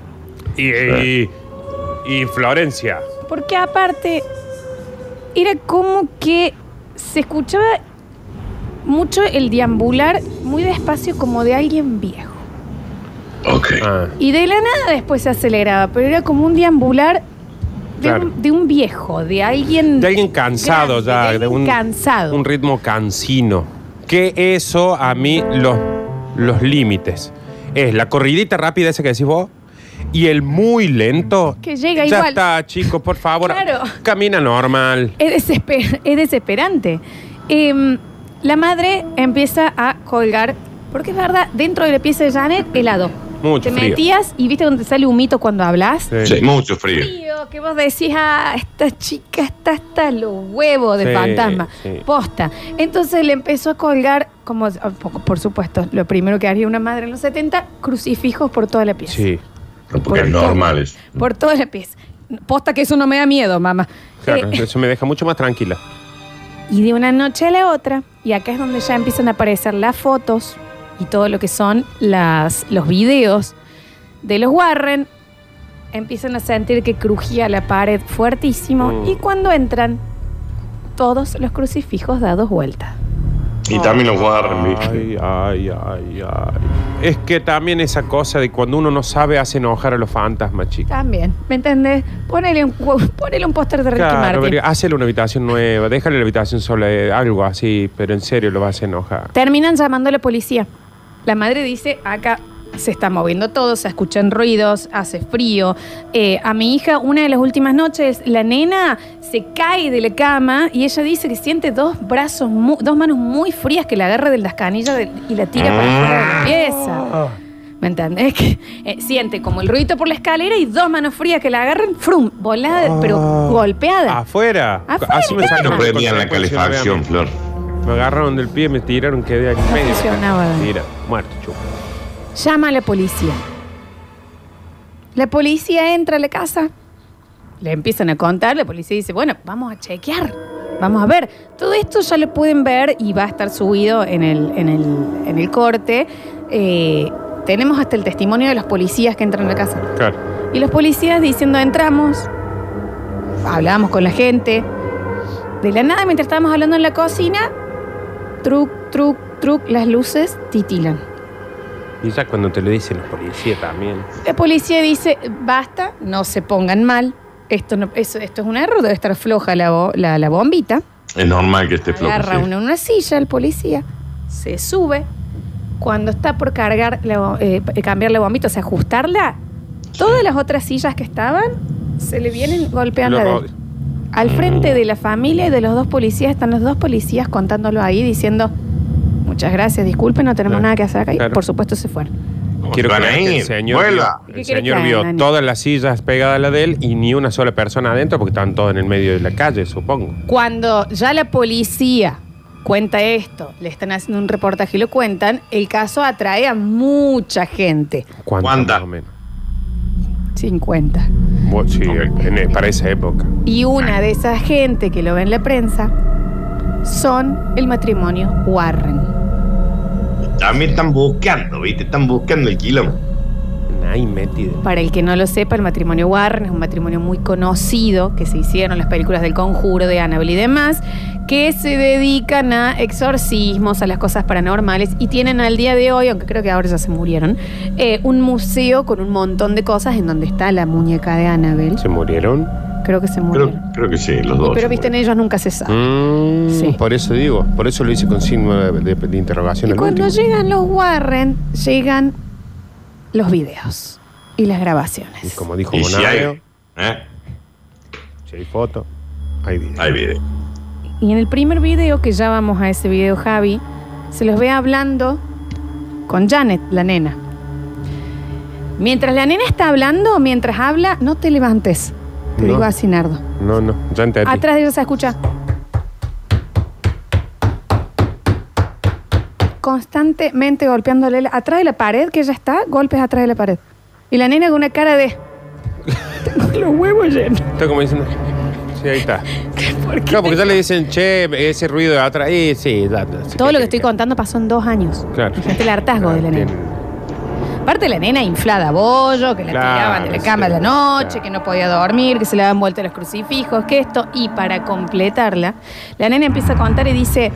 [SPEAKER 3] Y, y- y Florencia.
[SPEAKER 1] Porque aparte, era como que se escuchaba mucho el deambular muy despacio como de alguien viejo.
[SPEAKER 2] Ok.
[SPEAKER 3] Ah,
[SPEAKER 1] Y de la nada después se aceleraba, pero era como un deambular de,
[SPEAKER 3] Claro.
[SPEAKER 1] un, de un viejo, de alguien...
[SPEAKER 3] De alguien cansado
[SPEAKER 1] grande,
[SPEAKER 3] ya.
[SPEAKER 1] de alguien
[SPEAKER 3] un,
[SPEAKER 1] cansado.
[SPEAKER 3] Un ritmo cansino. Que eso a mí los, los límites. Es la corridita rápida esa que decís vos y el muy lento.
[SPEAKER 1] Que llega
[SPEAKER 3] ya
[SPEAKER 1] igual.
[SPEAKER 3] está, chicos, por favor.
[SPEAKER 1] Claro.
[SPEAKER 3] Camina normal.
[SPEAKER 1] Es, desesper- es desesperante. Em, la madre empieza a colgar, porque es verdad, dentro de la pieza de Janet, helado.
[SPEAKER 3] Mucho
[SPEAKER 1] te
[SPEAKER 3] frío.
[SPEAKER 1] metías y viste donde sale humito cuando hablas.
[SPEAKER 3] Sí.
[SPEAKER 2] Sí, mucho frío.
[SPEAKER 1] Tío, que vos decís, ah, esta chica está hasta los huevos de
[SPEAKER 3] Sí,
[SPEAKER 1] fantasma.
[SPEAKER 3] sí.
[SPEAKER 1] Posta. Entonces le empezó a colgar, como ah, por por supuesto, lo primero que haría una madre en los 70, crucifijos por toda la pieza.
[SPEAKER 3] Sí.
[SPEAKER 2] Porque es normal eso.
[SPEAKER 1] Por toda la pieza. Posta que eso no me da miedo, mamá.
[SPEAKER 3] Claro,
[SPEAKER 1] Eh,
[SPEAKER 3] eso me deja mucho más tranquila.
[SPEAKER 1] y de una noche a la otra, y acá es donde ya empiezan a aparecer las fotos y todo lo que son las, los videos de los Warren, empiezan a sentir que crujía la pared fuertísimo
[SPEAKER 3] Mm.
[SPEAKER 1] y cuando entran, todos los crucifijos dados vuelta.
[SPEAKER 2] Y también los Warren, ¿viste?
[SPEAKER 3] Ay, ay, ay, ay. Es que también esa cosa de cuando uno no sabe hace enojar a los fantasmas, chicos.
[SPEAKER 1] También, ¿me entendés? Ponele un, *laughs* cu- ponele un póster de Ricky
[SPEAKER 3] Claro,
[SPEAKER 1] Martin.
[SPEAKER 3] pero hazle una habitación nueva, déjale la habitación sola, eh, algo así, pero en serio lo vas a enojar.
[SPEAKER 1] Terminan llamando a la policía. La madre dice, acá se está moviendo todo, se escuchan ruidos, hace frío. Eh, a mi hija, una de las últimas noches, la nena se cae de la cama y ella dice que siente dos brazos, mu- dos manos muy frías que la agarra de las canillas de- y la tira para fuera de la pieza. ¿Me entendés? *laughs* Que, eh, siente como el ruido por la escalera y dos manos frías que la agarran, frum, volada, pero
[SPEAKER 3] Ah.
[SPEAKER 1] golpeada.
[SPEAKER 3] Afuera.
[SPEAKER 1] Afuera,
[SPEAKER 3] sacaron
[SPEAKER 2] No
[SPEAKER 3] de
[SPEAKER 2] prendían la
[SPEAKER 3] consecuencia,
[SPEAKER 2] calefacción,
[SPEAKER 3] no
[SPEAKER 2] Flor.
[SPEAKER 3] vean. Me agarraron del pie, me tiraron, quedé aquí
[SPEAKER 1] No
[SPEAKER 3] medio.
[SPEAKER 1] funcionaba.
[SPEAKER 3] Mira, muerto, chupo.
[SPEAKER 1] Llama a la policía. La policía entra a la casa. Le empiezan a contar, la policía dice, bueno, vamos a chequear, vamos a ver. Todo esto ya lo pueden ver y va a estar subido en el, en el, en el corte. Eh, tenemos hasta el testimonio de los policías que entran a la casa.
[SPEAKER 3] Claro.
[SPEAKER 1] Y los policías diciendo, entramos, hablábamos con la gente. De la nada, mientras estábamos hablando en la cocina, truc, truc, truc, las luces titilan.
[SPEAKER 3] Y ya cuando te lo dicen los policías también.
[SPEAKER 1] La policía dice, basta, no se pongan mal. Esto, no, eso- esto es un error, debe estar floja la, bo- la- la bombita.
[SPEAKER 2] Es normal que esté flojo.
[SPEAKER 1] Agarra
[SPEAKER 2] sí.
[SPEAKER 1] uno una silla el policía, se sube. Cuando está por cargar la bo- eh, cambiar la bombita, o sea, ajustarla, todas las otras sillas que estaban se le vienen golpeando.
[SPEAKER 3] Los
[SPEAKER 1] a
[SPEAKER 3] rod-
[SPEAKER 1] él. Al frente de la familia y de los dos policías están los dos policías contándolo ahí, diciendo, muchas gracias, disculpen, no tenemos
[SPEAKER 3] Claro,
[SPEAKER 1] nada que hacer acá. Y
[SPEAKER 3] claro.
[SPEAKER 1] por supuesto se fueron.
[SPEAKER 2] ¿Cómo
[SPEAKER 3] Quiero
[SPEAKER 2] se van a
[SPEAKER 3] creer que
[SPEAKER 2] ir?
[SPEAKER 3] el señor
[SPEAKER 2] Vuelva.
[SPEAKER 3] vio,
[SPEAKER 1] ¿Qué
[SPEAKER 3] el
[SPEAKER 1] querés
[SPEAKER 3] señor
[SPEAKER 1] que
[SPEAKER 3] vio
[SPEAKER 1] hagan, Ani?
[SPEAKER 3] todas las sillas pegadas a la de él y ni una sola persona adentro porque estaban todos en el medio de la calle, supongo.
[SPEAKER 1] Cuando ya la policía cuenta esto, le están haciendo un reportaje y lo cuentan, el caso atrae a mucha gente.
[SPEAKER 3] ¿Cuánto?
[SPEAKER 2] ¿Cuánta?
[SPEAKER 3] más o menos?
[SPEAKER 1] 50.
[SPEAKER 3] Bueno, sí, en- para esa época.
[SPEAKER 1] Y una de esa gente que lo ve en la prensa son el matrimonio Warren.
[SPEAKER 2] También están buscando, ¿viste? Están buscando el quilombo.
[SPEAKER 3] Ahí metido.
[SPEAKER 1] Para el que no lo sepa, el matrimonio Warren es un matrimonio muy conocido que se hicieron las películas del conjuro de Annabelle y demás, que se dedican a exorcismos, a las cosas paranormales y tienen al día de hoy, aunque creo que ahora ya se murieron, eh, un museo con un montón de cosas en donde está la muñeca de Annabelle.
[SPEAKER 3] ¿Se murieron?
[SPEAKER 1] Creo que se
[SPEAKER 2] Creo,
[SPEAKER 1] murieron.
[SPEAKER 2] creo que sí, los dos.
[SPEAKER 1] Pero viste, en ellos nunca se sabe.
[SPEAKER 3] Mm,
[SPEAKER 1] Sí.
[SPEAKER 3] Por eso digo, por eso lo hice con signo de, de- de interrogación.
[SPEAKER 1] Y
[SPEAKER 3] al
[SPEAKER 1] cuando
[SPEAKER 3] último.
[SPEAKER 1] llegan los Warren, llegan los videos y las
[SPEAKER 3] Y
[SPEAKER 1] grabaciones.
[SPEAKER 3] como dijo
[SPEAKER 2] Y si
[SPEAKER 3] Bonario,
[SPEAKER 2] hay, ¿eh?
[SPEAKER 3] si hay foto, hay video.
[SPEAKER 2] Hay video.
[SPEAKER 1] Y en el primer video, que ya vamos a ese video, Javi, se los ve hablando con Janet, la nena. Mientras la nena está hablando, mientras habla, no te levantes. Te
[SPEAKER 3] No.
[SPEAKER 1] digo así, Nardo.
[SPEAKER 3] No, no, ya entendí.
[SPEAKER 1] Atrás de ella se escucha. Constantemente golpeándole la- atrás de la pared que ella está, golpes atrás de la pared. Y la nena con una cara de. Tengo los huevos llenos.
[SPEAKER 3] Está como diciendo, *laughs* Sí, ahí está.
[SPEAKER 1] ¿Por *laughs* qué?
[SPEAKER 3] No, porque ya le dicen, che, ese ruido de atrás. Y sí, ya, sí,
[SPEAKER 1] Todo lo que estoy contando pasó en dos
[SPEAKER 3] *laughs*
[SPEAKER 1] años.
[SPEAKER 3] Claro.
[SPEAKER 1] *laughs* Fíjate el hartazgo
[SPEAKER 3] Claro,
[SPEAKER 1] de la nena.
[SPEAKER 3] tienen-
[SPEAKER 1] Aparte la nena inflada a bollo, que la
[SPEAKER 3] Claro,
[SPEAKER 1] tiraban de la cama
[SPEAKER 3] sí,
[SPEAKER 1] de la noche,
[SPEAKER 3] claro.
[SPEAKER 1] que no podía dormir, que se le daban vuelta los crucifijos, que esto. Y para completarla, la nena empieza a contar y dice,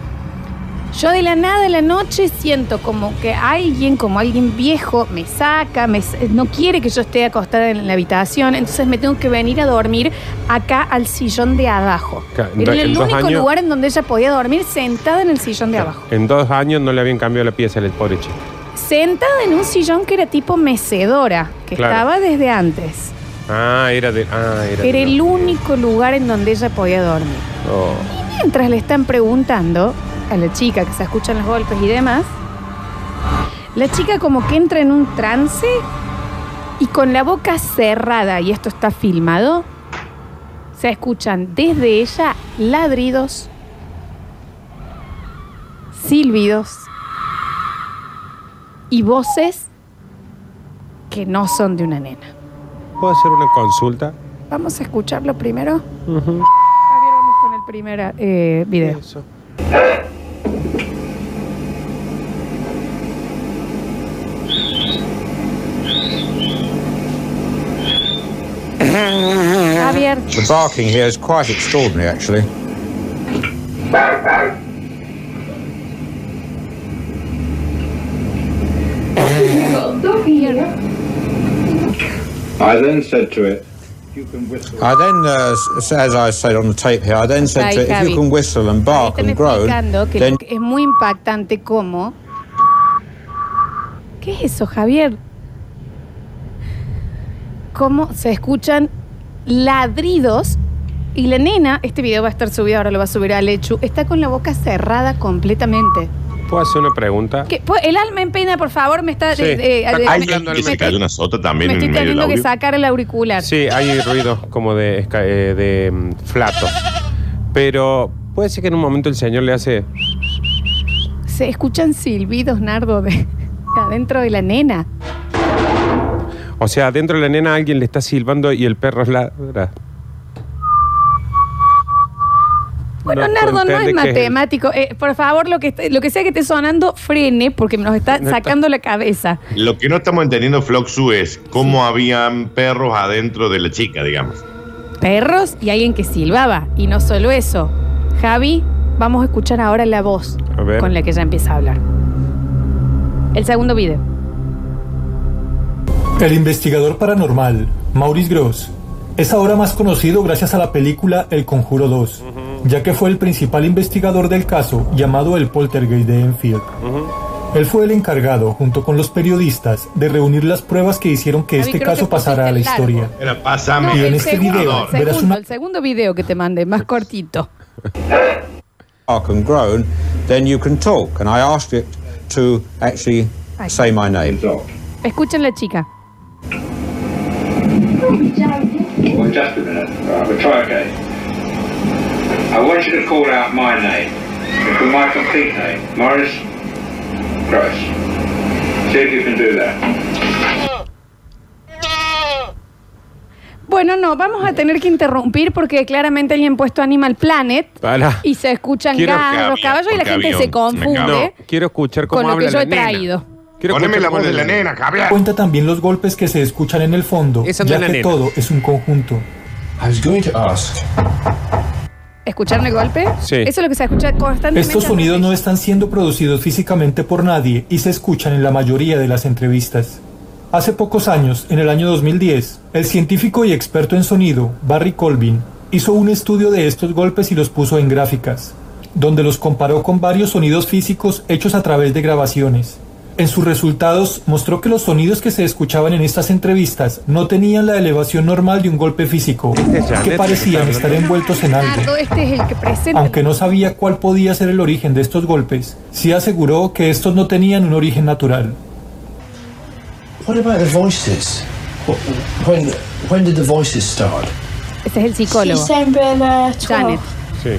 [SPEAKER 1] yo de la nada de la noche siento como que alguien, como alguien viejo, me saca, me, s- no quiere que yo esté acostada en la habitación, entonces me tengo que venir a dormir acá al sillón de abajo.
[SPEAKER 3] Claro, en
[SPEAKER 1] Era
[SPEAKER 3] do- en
[SPEAKER 1] el
[SPEAKER 3] dos
[SPEAKER 1] único
[SPEAKER 3] años-
[SPEAKER 1] lugar en donde ella podía dormir sentada en el sillón de abajo.
[SPEAKER 3] En dos años no le habían cambiado la pieza al pobre chico.
[SPEAKER 1] Sentada en un sillón que era tipo mecedora, que
[SPEAKER 3] Claro.
[SPEAKER 1] estaba desde antes.
[SPEAKER 3] Ah, era de. Ah, era de-
[SPEAKER 1] Era el único lugar en donde ella podía dormir.
[SPEAKER 3] Oh.
[SPEAKER 1] Mientras le están preguntando a la chica que se escuchan los golpes y demás, la chica como que entra en un trance y con la boca cerrada, y esto está filmado, se escuchan desde ella ladridos, silbidos y voces que no son de una nena.
[SPEAKER 3] ¿Puedo hacer una consulta?
[SPEAKER 1] Vamos a escucharlo primero. Javier, vamos con el primer eh, video.
[SPEAKER 3] Eso.
[SPEAKER 1] Javier.
[SPEAKER 7] The barking here is quite extraordinary, actually.
[SPEAKER 8] I then said to it,
[SPEAKER 7] I then, uh, s- as I said on the tape here, I then said
[SPEAKER 1] Ahí,
[SPEAKER 7] to it, if
[SPEAKER 1] Javi.
[SPEAKER 7] you can whistle and
[SPEAKER 9] Ah,
[SPEAKER 7] bark
[SPEAKER 1] Están
[SPEAKER 7] and groan,
[SPEAKER 1] explicando que
[SPEAKER 7] then
[SPEAKER 1] lo que es muy impactante cómo... ¿Qué es eso, Javier? Cómo se escuchan ladridos y la nena, este video va a estar subido, ahora lo va a subir a Lechu, está con la boca cerrada completamente.
[SPEAKER 3] ¿Puedo hacer una pregunta?
[SPEAKER 1] ¿Qué? Pues, El alma en pena, por favor, me está... eh,
[SPEAKER 3] Sí, está
[SPEAKER 1] me-
[SPEAKER 3] cambiando
[SPEAKER 1] me-
[SPEAKER 2] Que se cayó una sota
[SPEAKER 1] me
[SPEAKER 2] también en
[SPEAKER 1] estoy
[SPEAKER 2] medio del
[SPEAKER 1] teniendo que
[SPEAKER 2] audio.
[SPEAKER 1] sacar el auricular.
[SPEAKER 3] Sí, hay ruidos como de, esca- eh, de mm, flato. Pero puede ser que en un momento el señor le hace.
[SPEAKER 1] Se escuchan silbidos, Nardo, de, de adentro de la nena.
[SPEAKER 3] O sea, dentro de la nena alguien le está silbando y el perro ladra.
[SPEAKER 1] Bueno,
[SPEAKER 3] No
[SPEAKER 1] Nardo, no
[SPEAKER 3] entendés
[SPEAKER 1] es
[SPEAKER 3] qué el-
[SPEAKER 1] matemático. Eh, por favor, lo que, est- lo que sea que esté sonando, frene, porque nos está
[SPEAKER 3] No está.
[SPEAKER 1] sacando la cabeza.
[SPEAKER 2] Lo que no estamos entendiendo, Floxu, es cómo habían perros adentro de la chica, digamos.
[SPEAKER 1] Perros y alguien que silbaba. Y no solo eso. Javi, vamos a escuchar ahora la voz
[SPEAKER 3] A ver.
[SPEAKER 1] con la que ella empieza a hablar. El segundo video.
[SPEAKER 10] El investigador paranormal, Maurice Gross, es ahora más conocido gracias a la película El Conjuro 2, ya que fue el principal investigador del caso llamado el poltergeist de Enfield. Él fue el encargado, junto con los periodistas, de reunir las pruebas que hicieron que
[SPEAKER 1] Javi,
[SPEAKER 10] este
[SPEAKER 1] creo que
[SPEAKER 10] caso pasara a la
[SPEAKER 1] pusiste largo.
[SPEAKER 10] historia.
[SPEAKER 2] Era, pásame.
[SPEAKER 1] No,
[SPEAKER 10] Y en
[SPEAKER 1] el,
[SPEAKER 10] este
[SPEAKER 1] segundo,
[SPEAKER 10] video
[SPEAKER 1] el,
[SPEAKER 10] verás
[SPEAKER 1] segundo,
[SPEAKER 10] una-
[SPEAKER 1] el segundo video que te mandé, más cortito.
[SPEAKER 7] bark and groan, then you can talk. And I asked it to actually
[SPEAKER 1] Ay.
[SPEAKER 7] say my name.
[SPEAKER 8] stop.
[SPEAKER 1] Escuchen la chica.
[SPEAKER 8] Well, just a minute. All right, we'll try again. I want you to call out my name. For my complete name. Morris Gross. See if you can do that.
[SPEAKER 1] Bueno, no, vamos a tener que interrumpir porque claramente alguien puesto Animal Planet
[SPEAKER 3] Para.
[SPEAKER 1] y se escuchan
[SPEAKER 3] Quiero-
[SPEAKER 1] gatos, los
[SPEAKER 2] Había,
[SPEAKER 1] caballos y la
[SPEAKER 2] porque
[SPEAKER 1] gente
[SPEAKER 2] había
[SPEAKER 1] se
[SPEAKER 2] un-
[SPEAKER 1] confunde.
[SPEAKER 2] me
[SPEAKER 3] No, quiero escuchar cómo
[SPEAKER 1] Con lo
[SPEAKER 3] habla
[SPEAKER 1] que yo
[SPEAKER 3] la
[SPEAKER 1] he
[SPEAKER 3] nena.
[SPEAKER 1] traído.
[SPEAKER 3] Quiero
[SPEAKER 2] Poneme
[SPEAKER 3] escuchar
[SPEAKER 2] la
[SPEAKER 3] cómo
[SPEAKER 2] voz de
[SPEAKER 3] habla
[SPEAKER 2] la nena, Javier.
[SPEAKER 10] Cuenta también los golpes que se escuchan en el fondo,
[SPEAKER 3] Esa no
[SPEAKER 10] ya
[SPEAKER 3] es la
[SPEAKER 10] que
[SPEAKER 3] nena.
[SPEAKER 10] todo es un conjunto.
[SPEAKER 8] I was going to ask.
[SPEAKER 1] ¿Escucharon el golpe?
[SPEAKER 3] Sí.
[SPEAKER 1] Eso es lo que se escucha constantemente.
[SPEAKER 10] Estos sonidos no están siendo producidos físicamente por nadie y se escuchan en la mayoría de las entrevistas. Hace pocos años, en el año 2010, el científico y experto en sonido, Barry Colvin, hizo un estudio de estos golpes y los puso en gráficas, donde los comparó con varios sonidos físicos hechos a través de grabaciones. En sus resultados mostró que los sonidos que se escuchaban en estas entrevistas no tenían la elevación normal de un golpe físico,
[SPEAKER 3] Este es Janet,
[SPEAKER 10] que parecían
[SPEAKER 3] que está
[SPEAKER 10] estar envueltos en algo.
[SPEAKER 1] Nardo, este es el que presenta.
[SPEAKER 10] Aunque no sabía cuál podía ser el origen de estos golpes, sí aseguró que estos no tenían un origen natural.
[SPEAKER 11] What about the voices? Wh- When when did the voices start?
[SPEAKER 1] Este es el psicólogo. Janet.
[SPEAKER 3] Sí.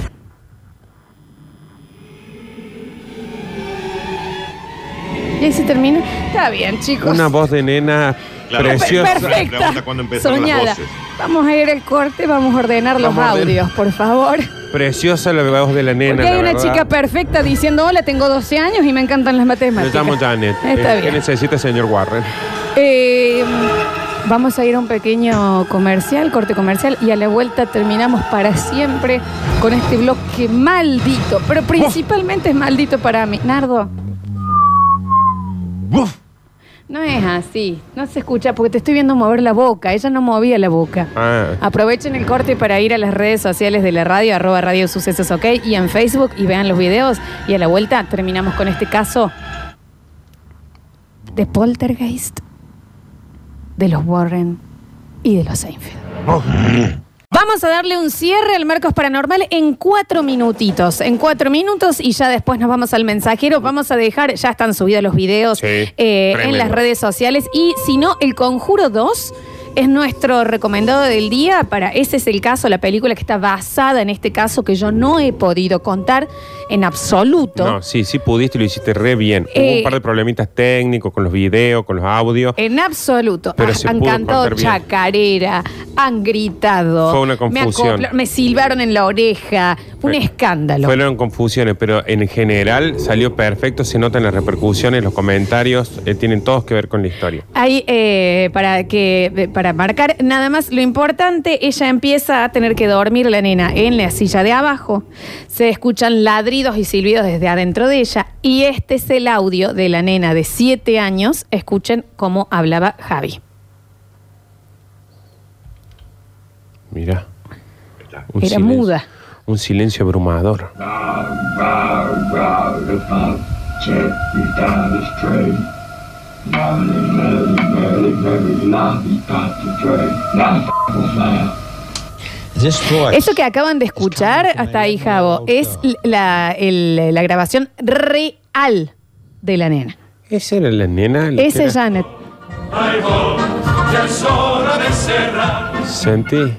[SPEAKER 1] Y ahí se termina. Está bien, chicos.
[SPEAKER 3] Una voz de nena
[SPEAKER 2] Claro.
[SPEAKER 3] Preciosa.
[SPEAKER 2] Me pregunta
[SPEAKER 1] Perfecta.
[SPEAKER 2] cuándo empezaron las
[SPEAKER 1] Soñada.
[SPEAKER 2] voces.
[SPEAKER 1] Vamos a ir al corte, vamos a ordenar los
[SPEAKER 3] Vamos a ordenar.
[SPEAKER 1] audios, por favor.
[SPEAKER 3] Preciosa la voz de la nena.
[SPEAKER 1] Porque hay
[SPEAKER 3] la
[SPEAKER 1] una
[SPEAKER 3] verdad.
[SPEAKER 1] chica perfecta diciendo, hola, tengo 12 años y me encantan las
[SPEAKER 3] Me
[SPEAKER 1] matemáticas.
[SPEAKER 3] llamo Janet.
[SPEAKER 1] Está
[SPEAKER 3] Eh, ¿Qué
[SPEAKER 1] bien.
[SPEAKER 3] necesita, señor Warren?
[SPEAKER 1] Eh, vamos a ir a un pequeño comercial, corte comercial, y a la vuelta terminamos para siempre con este bloque maldito, pero principalmente es maldito para mí. Nardo, no es así, no se escucha porque te estoy viendo mover la boca, ella no movía la boca.
[SPEAKER 3] Ah.
[SPEAKER 1] Aprovechen el corte para ir a las redes sociales de la radio, arroba radio sucesos, ok, y en Facebook y vean los videos. Y a la vuelta terminamos con este caso de Poltergeist, de los Warren y de los Seinfeld. Vamos a darle un cierre al Marcos Paranormal en cuatro minutitos. En cuatro minutos y ya después nos vamos al mensajero. Vamos a dejar, ya están subidos los videos
[SPEAKER 3] Sí,
[SPEAKER 1] eh, en
[SPEAKER 3] tremendo.
[SPEAKER 1] las redes sociales. Y si no, el Conjuro 2 es nuestro recomendado del día. Para ese es el caso, la película que está basada en este caso que yo no he podido contar en absoluto.
[SPEAKER 3] No, sí, sí pudiste, lo hiciste re bien. Hubo
[SPEAKER 1] Eh.
[SPEAKER 3] un par de problemitas técnicos con los videos, con los audios.
[SPEAKER 1] En absoluto.
[SPEAKER 3] Pero
[SPEAKER 1] Ah,
[SPEAKER 3] se
[SPEAKER 1] han
[SPEAKER 3] pudo
[SPEAKER 1] cantado
[SPEAKER 3] cortar bien.
[SPEAKER 1] chacarera, han gritado.
[SPEAKER 3] Fue una confusión.
[SPEAKER 1] Me, acopla- me silbaron en la oreja. Un
[SPEAKER 3] Fue-
[SPEAKER 1] escándalo.
[SPEAKER 3] Fueron confusiones, pero en general salió perfecto. Se notan las repercusiones, los comentarios, eh, tienen todos que ver con la historia.
[SPEAKER 1] Ahí, eh, para que de- para marcar, nada más lo importante, ella empieza a tener que dormir la nena en la silla de abajo. Se escuchan ladridos y silbidos desde adentro de ella. Y este es el audio de la nena de 7 años. Escuchen cómo hablaba Javi.
[SPEAKER 3] Mira. Un
[SPEAKER 1] Era
[SPEAKER 3] silencio-
[SPEAKER 1] muda. Ah.
[SPEAKER 3] Un silencio abrumador.
[SPEAKER 11] This voice.
[SPEAKER 1] Eso que acaban de escuchar hasta ahí, Javo, es la, el- la grabación real de la nena.
[SPEAKER 3] Esa era la nena. la que
[SPEAKER 1] Ese
[SPEAKER 3] era-
[SPEAKER 1] es Janet.
[SPEAKER 3] Sentí.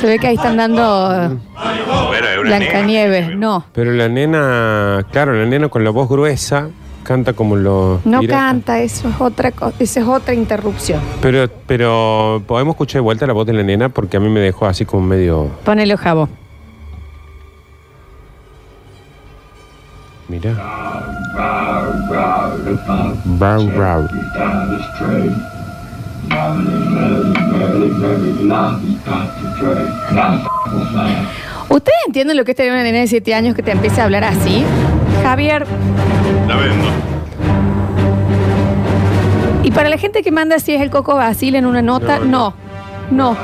[SPEAKER 1] Se ve que ahí están dando
[SPEAKER 2] Bueno, es una nena.
[SPEAKER 1] Blancanieves. No,
[SPEAKER 3] Pero la nena, claro, la nena con la voz gruesa canta como los.
[SPEAKER 1] no
[SPEAKER 3] piratas.
[SPEAKER 1] canta, eso es otra co- esa es otra interrupción.
[SPEAKER 3] Pero, pero podemos escuchar de vuelta la voz de la nena porque a mí me dejó así como medio.
[SPEAKER 1] Ponelo, Javo.
[SPEAKER 3] Mira. Bow, bow.
[SPEAKER 1] ¿Ustedes entienden lo que es tener una nena de 7 años que te empiece a hablar así? Javier,
[SPEAKER 2] La vendo.
[SPEAKER 1] y para la gente que manda si es el coco Basil en una nota, no,
[SPEAKER 3] No,
[SPEAKER 1] no.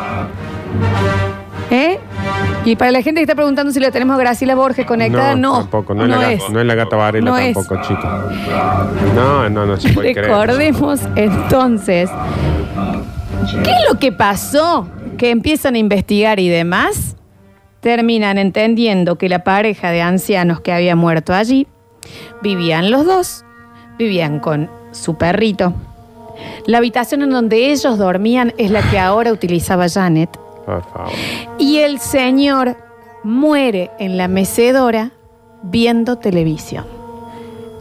[SPEAKER 1] ¿Eh? Y para la gente que está preguntando si lo tenemos a Graciela Borges conectada, no.
[SPEAKER 3] Tampoco, no, es, la,
[SPEAKER 1] es.
[SPEAKER 3] gata- no es la gata varela
[SPEAKER 1] No es.
[SPEAKER 3] tampoco, chica. No,
[SPEAKER 1] *laughs*
[SPEAKER 3] no, no se puede creer.
[SPEAKER 1] Recordemos entonces, ¿qué es lo que pasó? Que empiezan a investigar y demás, terminan entendiendo que la pareja de ancianos que había muerto allí, vivían los dos, vivían con su perrito. La habitación en donde ellos dormían es la que ahora utilizaba Janet.
[SPEAKER 3] Por favor.
[SPEAKER 1] Y el señor muere en la mecedora viendo televisión.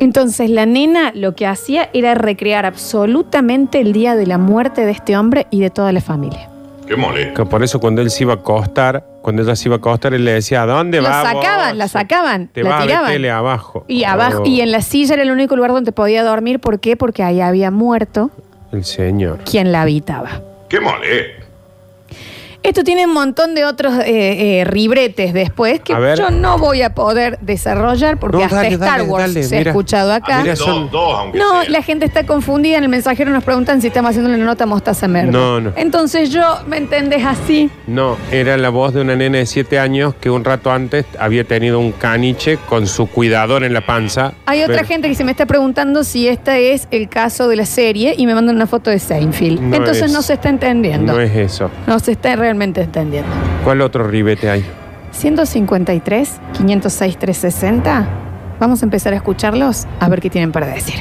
[SPEAKER 1] Entonces la nena lo que hacía era recrear absolutamente el día de la muerte de este hombre y de toda la familia.
[SPEAKER 2] Qué mole.
[SPEAKER 3] Que por eso cuando él se iba a acostar, cuando ella se iba a acostar, él le decía, ¿a dónde
[SPEAKER 1] La
[SPEAKER 3] vas?
[SPEAKER 1] sacaban, la sacaban,
[SPEAKER 3] Te
[SPEAKER 1] la
[SPEAKER 3] vas a
[SPEAKER 1] tiraban.
[SPEAKER 3] ver tele abajo.
[SPEAKER 1] Y abajo,
[SPEAKER 3] Oh,
[SPEAKER 1] y en la silla era el único lugar donde podía dormir. ¿Por qué? Porque ahí había muerto
[SPEAKER 3] El señor.
[SPEAKER 1] quien la habitaba.
[SPEAKER 2] Qué mole.
[SPEAKER 1] Esto tiene un montón de otros eh, eh, ribretes después que
[SPEAKER 3] A ver.
[SPEAKER 1] yo no voy a poder desarrollar porque
[SPEAKER 3] No,
[SPEAKER 1] hasta
[SPEAKER 3] dale,
[SPEAKER 1] Star
[SPEAKER 3] dale,
[SPEAKER 1] Wars
[SPEAKER 3] dale,
[SPEAKER 1] se ha
[SPEAKER 3] mira.
[SPEAKER 1] escuchado acá.
[SPEAKER 2] Ah,
[SPEAKER 3] Mira,
[SPEAKER 2] dos,
[SPEAKER 3] son-
[SPEAKER 2] dos, aunque
[SPEAKER 1] No,
[SPEAKER 2] sea.
[SPEAKER 1] la gente está confundida. En el mensajero nos preguntan si estamos haciendo una nota mostaza merda.
[SPEAKER 3] No, no.
[SPEAKER 1] Entonces yo, ¿me entendés así?
[SPEAKER 3] No, era la voz de una nena de 7 años que un rato antes había tenido un caniche con su cuidador en la panza.
[SPEAKER 1] Hay otra
[SPEAKER 3] Pero-
[SPEAKER 1] gente que se me está preguntando si este es el caso de la serie y me mandan una foto de Seinfeld.
[SPEAKER 3] No
[SPEAKER 1] Entonces
[SPEAKER 3] es.
[SPEAKER 1] no se está entendiendo.
[SPEAKER 3] No
[SPEAKER 1] No,
[SPEAKER 3] es eso.
[SPEAKER 1] se está realmente entendiendo.
[SPEAKER 3] ¿Cuál otro ribete hay?
[SPEAKER 1] 153, 506, 360. Vamos a empezar a escucharlos a ver qué tienen para decir.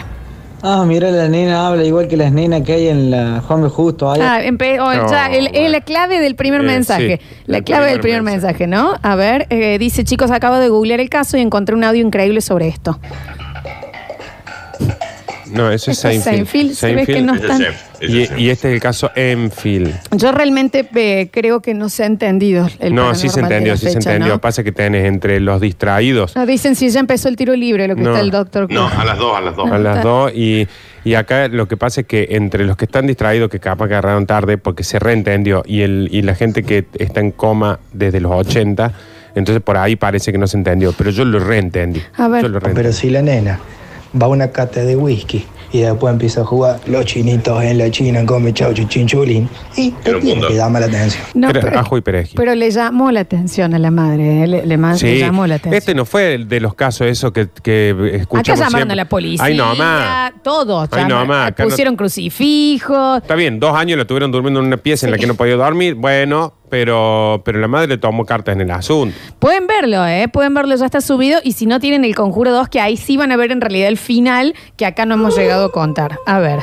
[SPEAKER 12] Ah, mira, la nena habla igual que las nenas que hay en la Juan B. Justo. ahí.
[SPEAKER 1] Ah, empe- oh,
[SPEAKER 3] No,
[SPEAKER 1] ya, el- es la
[SPEAKER 3] bueno.
[SPEAKER 1] clave del primer
[SPEAKER 3] Eh,
[SPEAKER 1] mensaje.
[SPEAKER 3] sí,
[SPEAKER 1] la
[SPEAKER 3] el
[SPEAKER 1] clave del
[SPEAKER 3] primer
[SPEAKER 1] primer mensaje, ¿no? A ver, eh, dice, chicos, acabo de googlear el caso y encontré un audio increíble sobre esto.
[SPEAKER 3] No, ese es
[SPEAKER 1] Ese Este es
[SPEAKER 3] Seinfeld.
[SPEAKER 1] Seinfeld, se ve que no Ese Este es están- Seinfeld,
[SPEAKER 3] Y, y este es el caso Enfield.
[SPEAKER 1] Yo realmente eh, creo que no se ha entendido el
[SPEAKER 3] no, sí se
[SPEAKER 1] paranormal de
[SPEAKER 3] entendió,
[SPEAKER 1] la
[SPEAKER 3] sí se
[SPEAKER 1] fecha,
[SPEAKER 3] entendió.
[SPEAKER 1] ¿no?
[SPEAKER 3] Pasa que tenés entre los distraídos.
[SPEAKER 1] No, dicen si ya empezó el tiro libre, lo que
[SPEAKER 3] No.
[SPEAKER 1] está el doctor.
[SPEAKER 3] No,
[SPEAKER 2] A las dos, a las dos.
[SPEAKER 3] A las dos y, y acá lo que pasa es que entre los que están distraídos, que capaz que agarraron tarde porque se reentendió, y, el, y la gente que está en coma desde los 80, entonces por ahí parece que no se entendió, pero yo lo reentendí.
[SPEAKER 1] A ver.
[SPEAKER 3] Yo lo reentendí.
[SPEAKER 13] Pero si la nena va a una cata de whisky y después empieza a jugar los chinitos en la China, come chau chinchulín, y te tiene que llama la atención.
[SPEAKER 1] No,
[SPEAKER 3] Era
[SPEAKER 1] pero,
[SPEAKER 3] ajo y perejil.
[SPEAKER 1] pero le llamó la atención a la madre, eh, le, le ma- le
[SPEAKER 3] Sí,
[SPEAKER 1] llamó la atención.
[SPEAKER 3] este no fue el de los casos esos que, que
[SPEAKER 1] Acá
[SPEAKER 3] escuchamos
[SPEAKER 1] llamaron
[SPEAKER 3] siempre.
[SPEAKER 1] a la policía,
[SPEAKER 3] Ay, no, más.
[SPEAKER 1] todos,
[SPEAKER 3] Ay, no,
[SPEAKER 1] llamaron,
[SPEAKER 3] ma, acá no-
[SPEAKER 1] pusieron crucifijos.
[SPEAKER 3] Está bien, dos años la tuvieron durmiendo en una pieza en la que no podía dormir, bueno, pero, pero la madre tomó cartas en el asunto.
[SPEAKER 1] Pueden verlo, ¿eh? Pueden verlo, ya está subido. Y si no tienen el conjuro 2, que ahí sí van a ver en realidad el final, que acá no hemos llegado a contar. A ver.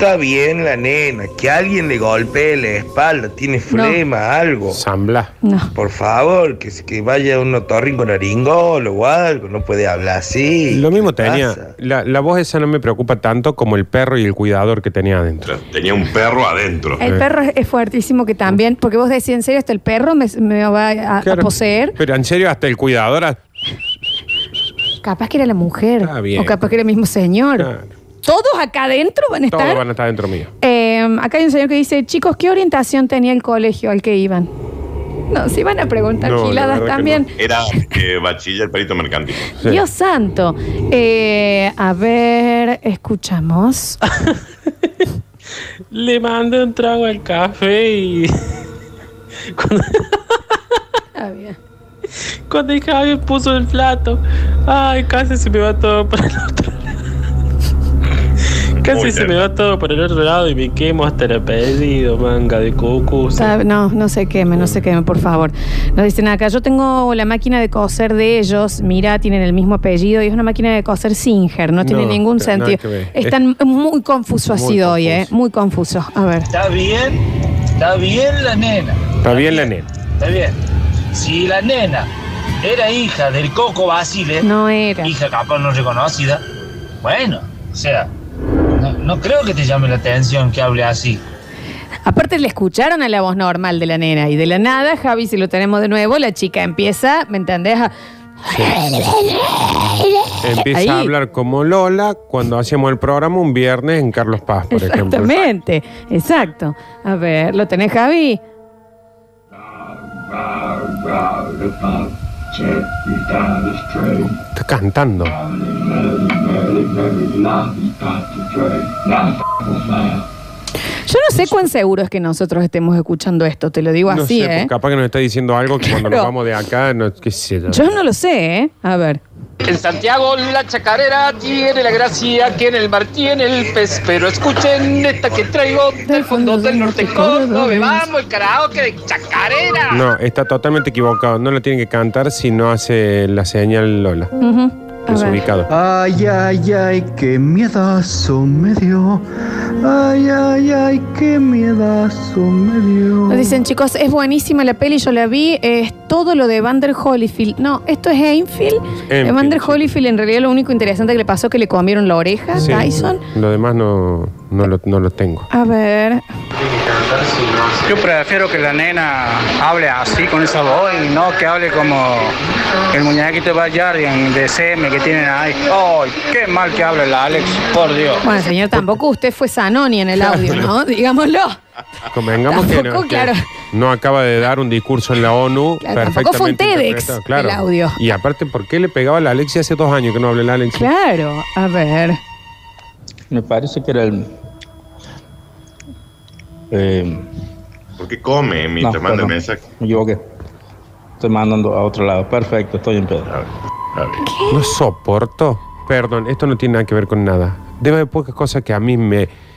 [SPEAKER 9] Está bien la nena, que alguien le golpee la espalda, tiene flema, algo.
[SPEAKER 3] Zambla.
[SPEAKER 1] No.
[SPEAKER 9] Por favor, que, que vaya a un otorrinolaringólogo o algo, no puede hablar así.
[SPEAKER 3] Lo mismo
[SPEAKER 9] ¿Qué le
[SPEAKER 3] tenía.
[SPEAKER 9] pasa?
[SPEAKER 3] La, la voz esa no me preocupa tanto como el perro y el cuidador que tenía adentro.
[SPEAKER 2] Tenía un perro adentro.
[SPEAKER 1] El perro es, es fuertísimo que también, porque vos decís, ¿en serio hasta el perro me, me va a, a
[SPEAKER 3] Claro.
[SPEAKER 1] poseer?
[SPEAKER 3] Pero en serio, hasta el cuidador. ah,
[SPEAKER 1] Capaz que era la mujer.
[SPEAKER 3] Está bien.
[SPEAKER 1] O capaz que era el mismo señor.
[SPEAKER 3] Claro.
[SPEAKER 1] Todos acá adentro van a
[SPEAKER 3] Todos
[SPEAKER 1] estar.
[SPEAKER 3] van a estar dentro mío.
[SPEAKER 1] Eh, acá hay un señor que dice, chicos, ¿qué orientación tenía el colegio al que iban? No, se iban a preguntar
[SPEAKER 2] No, la
[SPEAKER 1] giladas
[SPEAKER 2] verdad que
[SPEAKER 1] también.
[SPEAKER 2] no. Era eh, bachiller, perito mercantil.
[SPEAKER 1] Dios santo. Eh, a ver, escuchamos. *laughs*
[SPEAKER 14] Le mandé un trago al café y. cuando,
[SPEAKER 1] Está Ah, bien.
[SPEAKER 14] cuando el Javi puso el plato, ay, casi se me va todo para el otro lado. Casi
[SPEAKER 1] Muy
[SPEAKER 14] se me va todo para el otro lado y me quemo hasta el apellido, manga de cucu.
[SPEAKER 1] Sabe- No, no se queme, no se queme, por favor. Nos dicen acá, yo tengo la máquina de coser de ellos, mira, tienen el mismo apellido y es una máquina de coser Singer, no, tiene
[SPEAKER 14] No,
[SPEAKER 1] ningún
[SPEAKER 14] no, nada
[SPEAKER 1] sentido.
[SPEAKER 14] que ver.
[SPEAKER 1] Están muy confuso ha
[SPEAKER 14] Muy
[SPEAKER 1] sido hoy, ¿eh? Muy confuso. A ver.
[SPEAKER 15] Está bien, está bien la nena,
[SPEAKER 3] Está bien la nena.
[SPEAKER 15] está bien. Si la nena era hija del Coco Basile,
[SPEAKER 1] no era.
[SPEAKER 15] hija capaz no reconocida, bueno, o sea, no, no creo que te llame la atención que hable así.
[SPEAKER 1] Aparte le escucharon a la voz normal de la nena y de la nada, Javi, si lo tenemos de nuevo, la chica empieza, ¿me entendés? Ah, A-
[SPEAKER 3] Empieza
[SPEAKER 1] Ahí.
[SPEAKER 3] a hablar como Lola cuando hacíamos el programa un viernes en Carlos Paz, por ejemplo.
[SPEAKER 1] Exactamente, exacto. A ver, ¿lo tenés, Javi?
[SPEAKER 3] Está cantando.
[SPEAKER 1] Yo no sé cuán seguro es que nosotros estemos escuchando esto, te lo digo
[SPEAKER 3] no
[SPEAKER 1] así,
[SPEAKER 3] sé,
[SPEAKER 1] ¿eh?
[SPEAKER 3] pues capaz que nos está diciendo algo que cuando
[SPEAKER 1] Claro.
[SPEAKER 3] nos vamos de acá, no, qué sé yo.
[SPEAKER 1] Yo no lo sé, ¿eh? A ver.
[SPEAKER 16] En Santiago la chacarera tiene la gracia que en el mar tiene el pez, pero escuchen esta que traigo del fondo del norte Córdoba, vamos el karaoke de chacarera.
[SPEAKER 3] No, está totalmente equivocado. No lo tiene que cantar si no hace la señal Lola.
[SPEAKER 1] Ujú. A ver.
[SPEAKER 3] Desubicado.
[SPEAKER 4] Ay, ay, ay, qué miedazo me dio. Ay, ay, ay, qué miedazo me dio.
[SPEAKER 1] Nos dicen, chicos, es buenísima la peli, yo la vi, es todo lo de Vander Holyfield. No, esto es Enfield.
[SPEAKER 3] Enfield,
[SPEAKER 1] Vander Holyfield, en realidad, lo único interesante que le pasó es que le comieron la oreja,
[SPEAKER 3] Sí.
[SPEAKER 1] Tyson.
[SPEAKER 3] Lo demás no, no, lo, no lo tengo.
[SPEAKER 1] A ver.
[SPEAKER 17] Yo prefiero que la nena hable así con esa voz y no que hable como el muñequito de Bayardian de CM que tienen ahí. ¡Ay, qué mal que habla la Alex! Por Dios.
[SPEAKER 1] Bueno, señor, tampoco usted fue Zanoni en el audio, ¿no? *laughs* Digámoslo.
[SPEAKER 3] Convengamos que, no,
[SPEAKER 1] Tampoco,
[SPEAKER 3] que
[SPEAKER 1] claro.
[SPEAKER 3] no acaba de dar un discurso en la ONU.
[SPEAKER 1] Claro, tampoco fue un
[SPEAKER 3] perfectamente
[SPEAKER 1] TEDx
[SPEAKER 3] interpretado,
[SPEAKER 1] el audio.
[SPEAKER 3] Y aparte, ¿por qué le pegaba a la Alexia hace dos años que no hablé la Alexia?
[SPEAKER 1] Claro, a ver.
[SPEAKER 18] Me parece que era el. eh,
[SPEAKER 2] ¿Por qué come mientras
[SPEAKER 18] No,
[SPEAKER 2] manda el
[SPEAKER 18] perdón,
[SPEAKER 2] mensaje?
[SPEAKER 18] Me equivoqué. Estoy mandando a otro lado. Perfecto, estoy en pedo.
[SPEAKER 3] No soporto. Perdón, esto no tiene nada que ver con nada. Debe de pocas cosas que a mí me.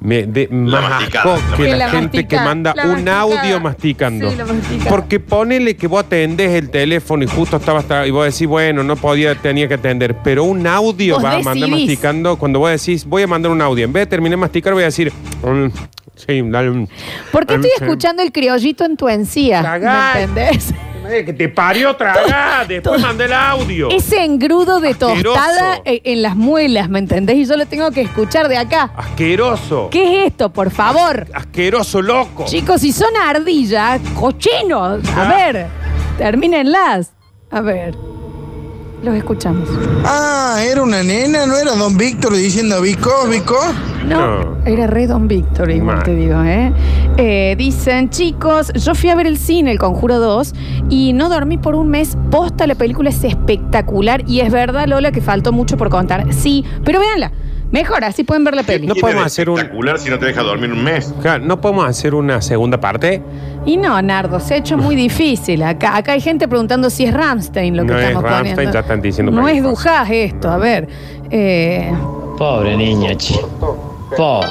[SPEAKER 3] Me de más
[SPEAKER 2] masticada,
[SPEAKER 3] asco
[SPEAKER 2] la
[SPEAKER 3] que la,
[SPEAKER 2] masticada.
[SPEAKER 3] gente que
[SPEAKER 2] La
[SPEAKER 3] manda
[SPEAKER 2] masticada.
[SPEAKER 3] un audio masticando.
[SPEAKER 2] Sí, la masticada.
[SPEAKER 3] Porque ponele que vos atendés el teléfono y justo estabas tra- y vos decís, bueno, no podía, tenía que atender. Pero un audio
[SPEAKER 2] Vos
[SPEAKER 3] va a mandar
[SPEAKER 2] decidís.
[SPEAKER 3] masticando cuando vos decís, voy a mandar un audio. En vez de terminar de masticar, voy a decir, mm, sí, dale un.
[SPEAKER 1] ¿Por qué
[SPEAKER 3] mm,
[SPEAKER 1] estoy
[SPEAKER 3] sí.
[SPEAKER 1] escuchando el criollito en tu encía? ¿Me entendés?
[SPEAKER 3] Madre que te parió tragar, después mandé el audio.
[SPEAKER 1] Ese engrudo de
[SPEAKER 3] Asqueroso.
[SPEAKER 1] tostada eh, en las muelas, ¿me entendés? Y yo lo tengo que escuchar de acá.
[SPEAKER 3] Asqueroso.
[SPEAKER 1] ¿Qué es esto, por favor?
[SPEAKER 3] Asqueroso loco.
[SPEAKER 1] Chicos, si son ardillas, cochinos. A ver, termínenlas. A ver. Los escuchamos.
[SPEAKER 19] Ah, era una nena, ¿no era don Víctor diciendo Vico, Vico?
[SPEAKER 1] No, era re Don Víctor, igual
[SPEAKER 19] Mal.
[SPEAKER 1] te digo, ¿eh? Eh, Dicen, chicos, yo fui a ver el cine, El Conjuro 2, y no dormí por un mes. Posta, la película es espectacular. Y es verdad, Lola, que faltó mucho por contar. Sí, pero véanla. Mejor, así pueden ver la peli.
[SPEAKER 3] No podemos hacer un.
[SPEAKER 2] si no te deja dormir un mes.
[SPEAKER 3] no podemos hacer una segunda parte.
[SPEAKER 1] Y no, Nardo, se ha hecho muy difícil. Acá, acá hay gente preguntando si es Ramstein lo que
[SPEAKER 3] No es
[SPEAKER 1] estamos
[SPEAKER 3] Rammstein,
[SPEAKER 1] poniendo.
[SPEAKER 3] ya están diciendo
[SPEAKER 1] No
[SPEAKER 3] cualquier
[SPEAKER 1] es Dujas esto, a ver. eh,
[SPEAKER 20] Pobre niña, che. Pobre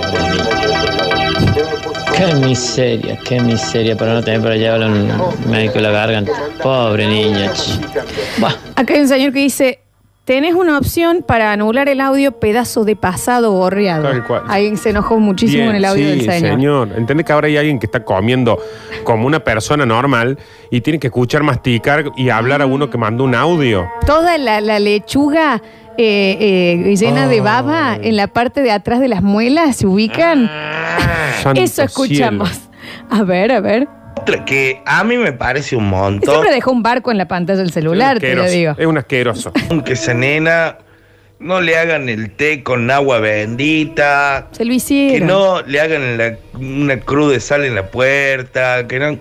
[SPEAKER 20] niña. Qué miseria, qué miseria para no tener para llevarle a un médico la garganta. Pobre niña, che. Bah.
[SPEAKER 1] acá hay un señor que dice. Tenés una opción para anular el audio pedazo de pasado gorreado.
[SPEAKER 3] Tal cual.
[SPEAKER 1] Alguien se enojó muchísimo
[SPEAKER 3] Bien,
[SPEAKER 1] en el audio
[SPEAKER 3] sí,
[SPEAKER 1] del señor.
[SPEAKER 3] Entiende que ahora hay alguien que está comiendo como una persona normal y tiene que escuchar masticar y hablar a uno que mandó un audio.
[SPEAKER 1] Toda la, la lechuga eh, eh, llena de baba en la parte de atrás de las muelas se ubican.
[SPEAKER 3] Ah,
[SPEAKER 9] Santo
[SPEAKER 1] Eso escuchamos. *laughs* A ver, a ver.
[SPEAKER 9] Otra que a mí me parece un montón.
[SPEAKER 1] Siempre dejó un barco en la pantalla del celular, te lo digo.
[SPEAKER 3] un asqueroso.
[SPEAKER 9] Aunque esa nena no le hagan el té con agua bendita.
[SPEAKER 1] Se lo
[SPEAKER 9] Que
[SPEAKER 1] hicieron.
[SPEAKER 9] no le hagan la- una cruz de sal en la puerta. Que no.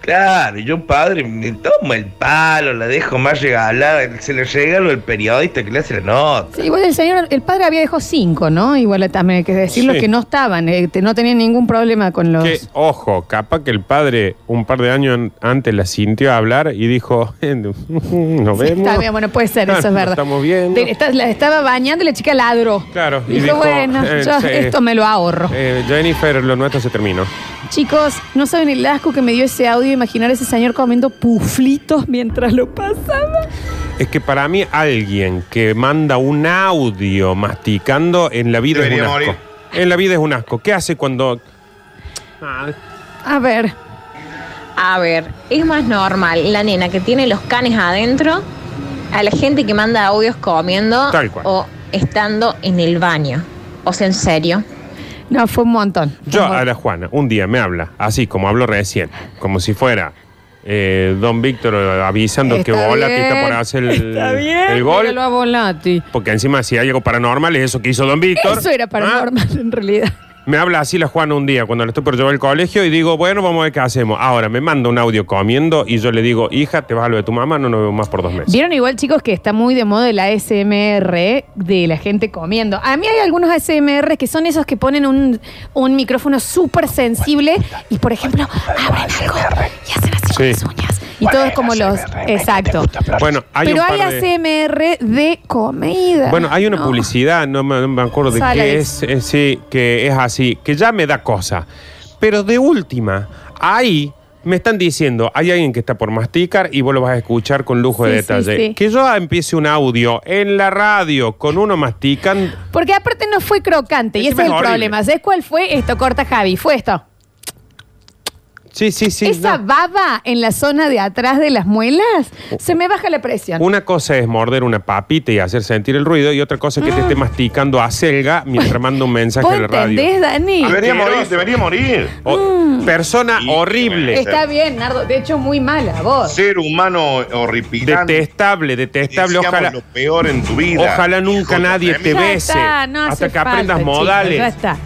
[SPEAKER 9] Claro, yo padre me tomo el palo, la dejo más regalada. Se le regalo al periodista que le hace la nota.
[SPEAKER 1] Sí, igual el señor, el padre había dejado cinco, ¿no? Igual también hay que decirlo
[SPEAKER 3] Sí.
[SPEAKER 1] que no estaban, eh, te- no tenían ningún problema con los.
[SPEAKER 3] Que, ojo, capaz que el padre un par de años an- antes la sintió hablar y dijo, *laughs* nos
[SPEAKER 1] Sí,
[SPEAKER 3] vemos. Ah,
[SPEAKER 1] está bien, bueno, puede ser, eso es verdad.
[SPEAKER 3] Estamos bien.
[SPEAKER 1] De- está- la estaba bañando y la chica ladró.
[SPEAKER 3] Claro. y
[SPEAKER 1] Dijo, bueno,
[SPEAKER 3] eh,
[SPEAKER 1] yo
[SPEAKER 3] sí,
[SPEAKER 1] esto me lo ahorro.
[SPEAKER 3] eh, Jennifer, lo nuestro se terminó.
[SPEAKER 1] Chicos, no saben el asco que me dio ese audio imaginar a ese señor comiendo puflitos mientras lo pasaba.
[SPEAKER 3] Es que para mí alguien que manda un audio masticando en la vida es
[SPEAKER 2] Debería
[SPEAKER 3] un asco.
[SPEAKER 2] morir.
[SPEAKER 3] En la vida es un asco. ¿Qué hace cuando Ah,
[SPEAKER 1] A ver.
[SPEAKER 21] A ver, es más normal la nena que tiene los canes adentro a la gente que manda audios comiendo
[SPEAKER 1] Tal cual.
[SPEAKER 21] o estando en el baño. O sea, en serio.
[SPEAKER 1] No, fue un montón.
[SPEAKER 3] yo a la Juana un día me habla, así como habló recién, como si fuera eh, Don Víctor eh, avisando
[SPEAKER 1] Está
[SPEAKER 3] que Volati está
[SPEAKER 1] bien,
[SPEAKER 3] por hacer el,
[SPEAKER 1] Está bien,
[SPEAKER 3] el gol?
[SPEAKER 1] míralo a Volati.
[SPEAKER 3] Porque encima si hay algo paranormal es eso que hizo Don Víctor. ¿ah?
[SPEAKER 1] Eso era paranormal en realidad.
[SPEAKER 3] Me habla así la Juana un día cuando la estoy por llevar al colegio y digo, bueno, vamos a ver qué hacemos. Ahora me manda un audio comiendo y yo le digo, hija, te vas a lo de tu mamá, no nos vemos más por dos meses.
[SPEAKER 1] Vieron igual, chicos, que está muy de moda el ASMR de la gente comiendo. A mí hay algunos ASMR que son esos que ponen un, un micrófono súper sensible y, por ejemplo, abren algo y hacen así con
[SPEAKER 3] Sí.
[SPEAKER 1] las uñas. Y todo es como los... Exacto.
[SPEAKER 3] Bueno, hay
[SPEAKER 1] Pero
[SPEAKER 3] un
[SPEAKER 1] hay
[SPEAKER 3] par de-
[SPEAKER 1] ASMR de comida.
[SPEAKER 3] Bueno, hay una
[SPEAKER 1] ¿no?
[SPEAKER 3] publicidad, no me, no me acuerdo de
[SPEAKER 1] Sale
[SPEAKER 3] qué
[SPEAKER 1] ahí.
[SPEAKER 3] es, eh, sí, que es así, que ya me da cosa. Pero de última, ahí me están diciendo, hay alguien que está por masticar y vos lo vas a escuchar con lujo de
[SPEAKER 1] Sí, sí,
[SPEAKER 3] detalle.
[SPEAKER 1] sí.
[SPEAKER 3] Que yo empiece un audio en la radio con uno masticando.
[SPEAKER 1] Porque aparte no fue crocante y ese
[SPEAKER 3] Encima
[SPEAKER 1] es el
[SPEAKER 3] es horrible.
[SPEAKER 1] problema. ¿Sabes cuál fue esto? Corta Javi, fue esto.
[SPEAKER 3] Sí, sí, sí.
[SPEAKER 1] Esa
[SPEAKER 3] no. Oh.
[SPEAKER 1] baba en la zona de atrás de las muelas, se me baja la presión.
[SPEAKER 3] Una cosa es morder una papita y hacer sentir el ruido, y otra cosa es que te esté masticando a selga mientras manda un mensaje
[SPEAKER 1] Ah. ¿Vos
[SPEAKER 3] en la radio.
[SPEAKER 1] entendés, Mm. Dani?
[SPEAKER 2] Debería morir, debería morir.
[SPEAKER 3] O- persona horrible.
[SPEAKER 1] Está bien, Nardo. De hecho, muy mala voz.
[SPEAKER 2] Ser humano horripilante.
[SPEAKER 3] Detestable, detestable.
[SPEAKER 2] Deseamos
[SPEAKER 3] Ojalá.
[SPEAKER 2] lo peor en tu vida.
[SPEAKER 3] Ojalá
[SPEAKER 2] Hijo
[SPEAKER 3] nunca
[SPEAKER 2] de
[SPEAKER 3] nadie te
[SPEAKER 2] tremendo.
[SPEAKER 1] Ya
[SPEAKER 3] bese.
[SPEAKER 1] está, no hace
[SPEAKER 3] hasta que
[SPEAKER 1] falta,
[SPEAKER 3] aprendas
[SPEAKER 1] chicos,
[SPEAKER 3] modales.
[SPEAKER 1] Ya está.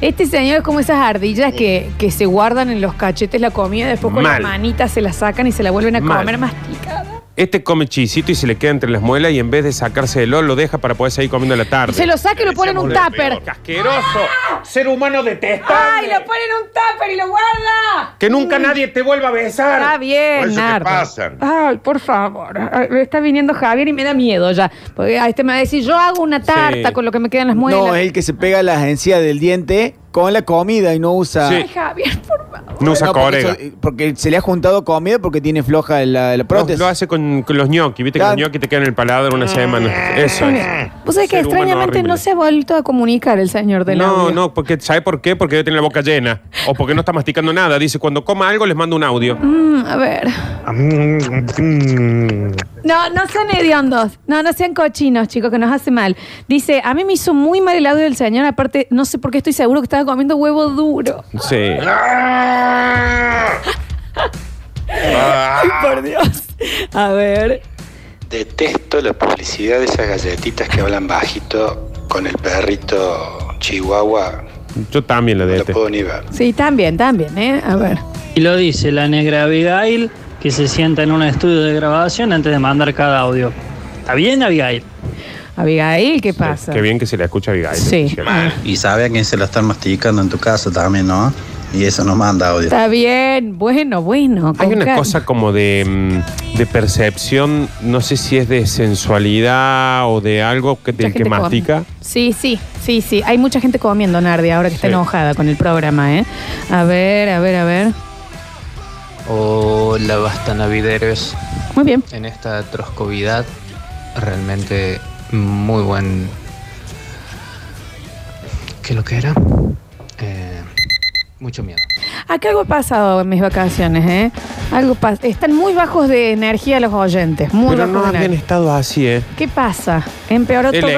[SPEAKER 1] Este señor es como esas ardillas que, que se guardan en los cachetes la comida, después con
[SPEAKER 3] Mal.
[SPEAKER 1] las manitas se la sacan y se la vuelven a
[SPEAKER 3] Mal.
[SPEAKER 1] comer mastica.
[SPEAKER 3] Este come chisito y se le queda entre las muelas y en vez de sacárselo, lo deja para poder seguir comiendo a la tarde.
[SPEAKER 1] Se lo saca y lo pone en un
[SPEAKER 3] Deseamos lo
[SPEAKER 1] tupper.
[SPEAKER 3] peor. ¡Asqueroso! ¡Ser humano
[SPEAKER 1] ¡Ay,
[SPEAKER 3] detestable!
[SPEAKER 1] lo pone en un tupper y lo guarda!
[SPEAKER 3] ¡Que nunca nadie te vuelva a besar!
[SPEAKER 1] Está bien,
[SPEAKER 3] Por eso te
[SPEAKER 1] Nardo.
[SPEAKER 3] pasan.
[SPEAKER 1] Ay, por favor. Ay, Está viniendo Javier y me da miedo ya. Porque a este me va a decir, yo hago una tarta
[SPEAKER 22] Sí.
[SPEAKER 1] con lo que me quedan las muelas.
[SPEAKER 22] No, es el que se pega la agencia del diente
[SPEAKER 6] con la comida y no usa.
[SPEAKER 1] Ay, Javier, por
[SPEAKER 3] No usa
[SPEAKER 6] porque
[SPEAKER 3] corega.
[SPEAKER 1] eh,
[SPEAKER 6] eso- Porque se le ha juntado comida porque tiene floja la, la
[SPEAKER 3] Lo,
[SPEAKER 6] prótesis.
[SPEAKER 3] lo hace con, con los ñoquis, viste que
[SPEAKER 6] Claro.
[SPEAKER 3] los ñoquis te quedan en el paladar
[SPEAKER 1] Ah.
[SPEAKER 3] una semana. Eso es.
[SPEAKER 1] Vos sabés Pues que
[SPEAKER 3] Ser humano
[SPEAKER 1] extrañamente
[SPEAKER 3] horrible.
[SPEAKER 1] no se ha vuelto a comunicar el señor del
[SPEAKER 3] No,
[SPEAKER 1] audio.
[SPEAKER 3] no, porque ¿sabe por qué? Porque debe tener la boca llena. O porque no está masticando nada. Dice, cuando coma algo les mando un audio.
[SPEAKER 1] Mm, a ver. No, no sean hediondos. No, no sean cochinos, chicos, que nos hace mal. Dice, a mí me hizo muy mal el audio del señor. Aparte, no sé por qué estoy seguro que estaba comiendo huevo duro. *laughs*
[SPEAKER 3] Sí.
[SPEAKER 2] ¡Ah!
[SPEAKER 1] Ay, por Dios. A ver.
[SPEAKER 22] Detesto la publicidad de esas galletitas que hablan bajito con el perrito chihuahua.
[SPEAKER 3] Yo también la
[SPEAKER 22] No lo puedo ni ver.
[SPEAKER 1] Sí, también, también, ¿eh? A ver.
[SPEAKER 23] Y lo dice la negra Abigail, que se sienta en un estudio de grabación antes de mandar cada audio. ¿Está bien, Abigail?
[SPEAKER 1] Abigail, ¿qué pasa?
[SPEAKER 23] qué
[SPEAKER 3] bien que se le escucha a Abigail. eh,
[SPEAKER 1] Sí.
[SPEAKER 24] Y sabe a quién se la están masticando en tu casa también, ¿no? Y eso nos manda audio.
[SPEAKER 1] Está bien, bueno, bueno.
[SPEAKER 3] Hay
[SPEAKER 1] con
[SPEAKER 3] una
[SPEAKER 1] calma.
[SPEAKER 3] cosa como de, mm, de percepción, no sé si es de sensualidad o de algo que, del
[SPEAKER 1] Mucha
[SPEAKER 3] que
[SPEAKER 1] gente
[SPEAKER 3] mastica.
[SPEAKER 1] come. Sí, sí, sí, sí. Hay mucha gente comiendo, Nardi, ahora que está
[SPEAKER 3] Sí.
[SPEAKER 1] enojada con el programa, ¿eh? A ver, a ver, a ver.
[SPEAKER 25] Hola, basta navideros.
[SPEAKER 1] Muy bien.
[SPEAKER 25] En esta troscovidad, realmente muy buen. ¿Qué lo que era? Eh, mucho miedo.
[SPEAKER 1] Acá Ah, algo ha pasado en mis vacaciones, ¿eh? Algo pas- Están muy bajos de energía los oyentes, muy
[SPEAKER 3] Pero
[SPEAKER 1] bajos
[SPEAKER 3] no
[SPEAKER 1] de
[SPEAKER 3] habían
[SPEAKER 1] energía.
[SPEAKER 3] estado así, ¿eh?
[SPEAKER 1] ¿Qué pasa? Empeoró
[SPEAKER 3] El
[SPEAKER 1] todo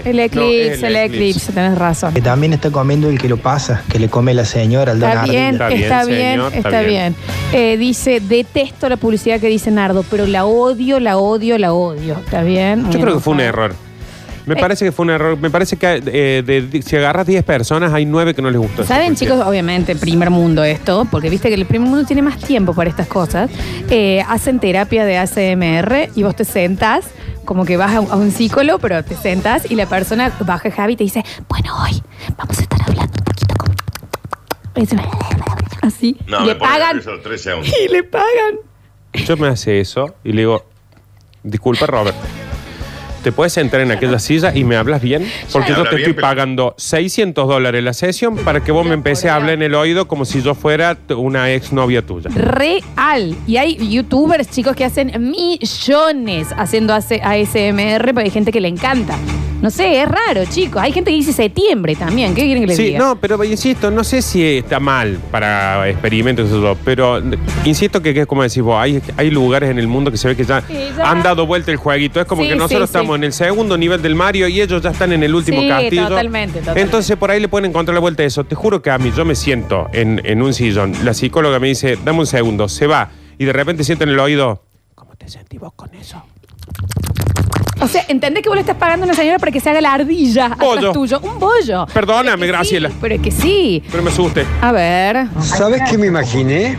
[SPEAKER 1] yo. El eclipse,
[SPEAKER 6] No,
[SPEAKER 1] el,
[SPEAKER 6] el
[SPEAKER 1] eclipse.
[SPEAKER 6] eclipse.
[SPEAKER 1] tenés razón.
[SPEAKER 13] Que también está comiendo el que lo pasa, que le come la señora al dar
[SPEAKER 1] Está bien,
[SPEAKER 13] ardilla.
[SPEAKER 1] está bien, está bien. Eh, dice, detesto la publicidad que dice Nardo, pero la odio, la odio, la odio. ¿Está bien?
[SPEAKER 3] Yo creo que fue un error. Me
[SPEAKER 1] Eh.
[SPEAKER 3] parece que fue un error. Me parece que eh, de- de- si agarras 10 personas, hay 9 que no les gustó. esa
[SPEAKER 1] Saben,
[SPEAKER 3] publicidad.
[SPEAKER 1] chicos, obviamente, primer mundo esto, porque viste que el primer mundo tiene más tiempo para estas cosas. Eh, hacen terapia de ACMR y vos te sentás, como que vas a, a un psicólogo, pero te sentás y la persona baja Javi y te dice, bueno, hoy vamos a estar hablando un poquito con... Y dice, Así.
[SPEAKER 26] No,
[SPEAKER 1] y
[SPEAKER 26] me
[SPEAKER 1] le
[SPEAKER 26] pone
[SPEAKER 1] pagan.
[SPEAKER 26] nervioso tres segundos.
[SPEAKER 1] *laughs* Y le pagan.
[SPEAKER 3] Yo me hace eso y le digo, disculpa, Robert. ¿Te puedes sentar en aquella silla y me hablas bien? Porque
[SPEAKER 26] Me
[SPEAKER 3] yo
[SPEAKER 26] habla
[SPEAKER 3] te
[SPEAKER 26] bien,
[SPEAKER 3] estoy
[SPEAKER 26] pero-
[SPEAKER 3] pagando 600 dólares la sesión para que vos me empecé a hablar en el oído como si yo fuera t- una exnovia tuya.
[SPEAKER 1] Real. Y hay youtubers, chicos, que hacen millones haciendo AC ASMR, pero hay gente que le encanta. No sé, es raro, chicos. Hay gente que dice septiembre también. ¿Qué quieren que les
[SPEAKER 3] Sí,
[SPEAKER 1] diga?
[SPEAKER 3] no, pero insisto, no sé si está mal para experimentos, eso, pero n- insisto que, que es como decís vos, hay, hay lugares en el mundo que se ve que ya,
[SPEAKER 1] Sí, ya.
[SPEAKER 3] han dado vuelta el jueguito. Es como
[SPEAKER 1] Sí,
[SPEAKER 3] que
[SPEAKER 1] sí,
[SPEAKER 3] nosotros
[SPEAKER 1] sí.
[SPEAKER 3] estamos en el segundo nivel del Mario y ellos ya están en el último
[SPEAKER 1] Sí,
[SPEAKER 3] castillo.
[SPEAKER 1] totalmente, totalmente.
[SPEAKER 3] Entonces por ahí le pueden encontrar la vuelta a eso. Te juro que a mí yo me siento en, en un sillón. La psicóloga me dice, dame un segundo, se va. Y de repente siento en el oído,
[SPEAKER 1] O sea, entendés que vos le estás pagando a una señora para que se haga la ardilla atrás
[SPEAKER 3] Bollo.
[SPEAKER 1] tuyo. Un bollo.
[SPEAKER 3] perdóname, Graciela.
[SPEAKER 1] Pero que sí.
[SPEAKER 3] Pero me asuste.
[SPEAKER 1] A ver.
[SPEAKER 27] ¿Sabes qué me imaginé?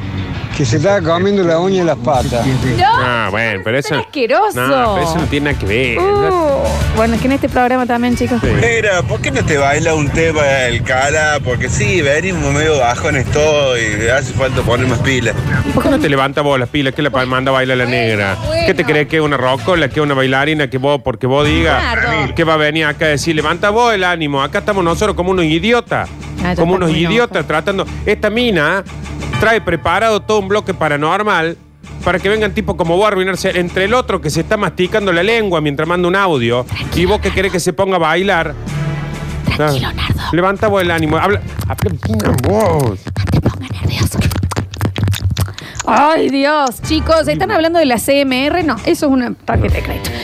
[SPEAKER 27] Que se estaba comiendo la uña en las patas.
[SPEAKER 3] Ah, bueno, pero eso...
[SPEAKER 1] asqueroso.
[SPEAKER 3] No, pero eso no tiene nada que ver.
[SPEAKER 1] Uh, bueno, es que en este programa también, chicos.
[SPEAKER 28] Era, ¿por qué no te baila un tema el cara? Porque sí, venimos medio bajones todo y hace falta poner más pilas.
[SPEAKER 3] ¿Por qué no te levanta vos las pilas? que la pa- manda a bailar la negra? ¿Qué te crees que es una rocola, que es una bailarina, que vos, porque vos digas
[SPEAKER 1] Nardo.
[SPEAKER 3] que va a venir acá a decir, levanta vos el ánimo, acá estamos nosotros como unos idiotas,
[SPEAKER 1] Ah, ya
[SPEAKER 3] como
[SPEAKER 1] está
[SPEAKER 3] unos
[SPEAKER 1] muy
[SPEAKER 3] idiotas tratando. Esta mina trae preparado todo un bloque paranormal para que vengan tipos como vos a arruinarse entre el otro que se está masticando la lengua mientras manda un audio y vos que querés que se ponga a bailar. Tranquilo, Nardo. Levanta vos el ánimo, habla, habla bien vos.
[SPEAKER 1] Ay, Dios, chicos, están hablando de la CMR. No, eso es una tarjeta de crédito.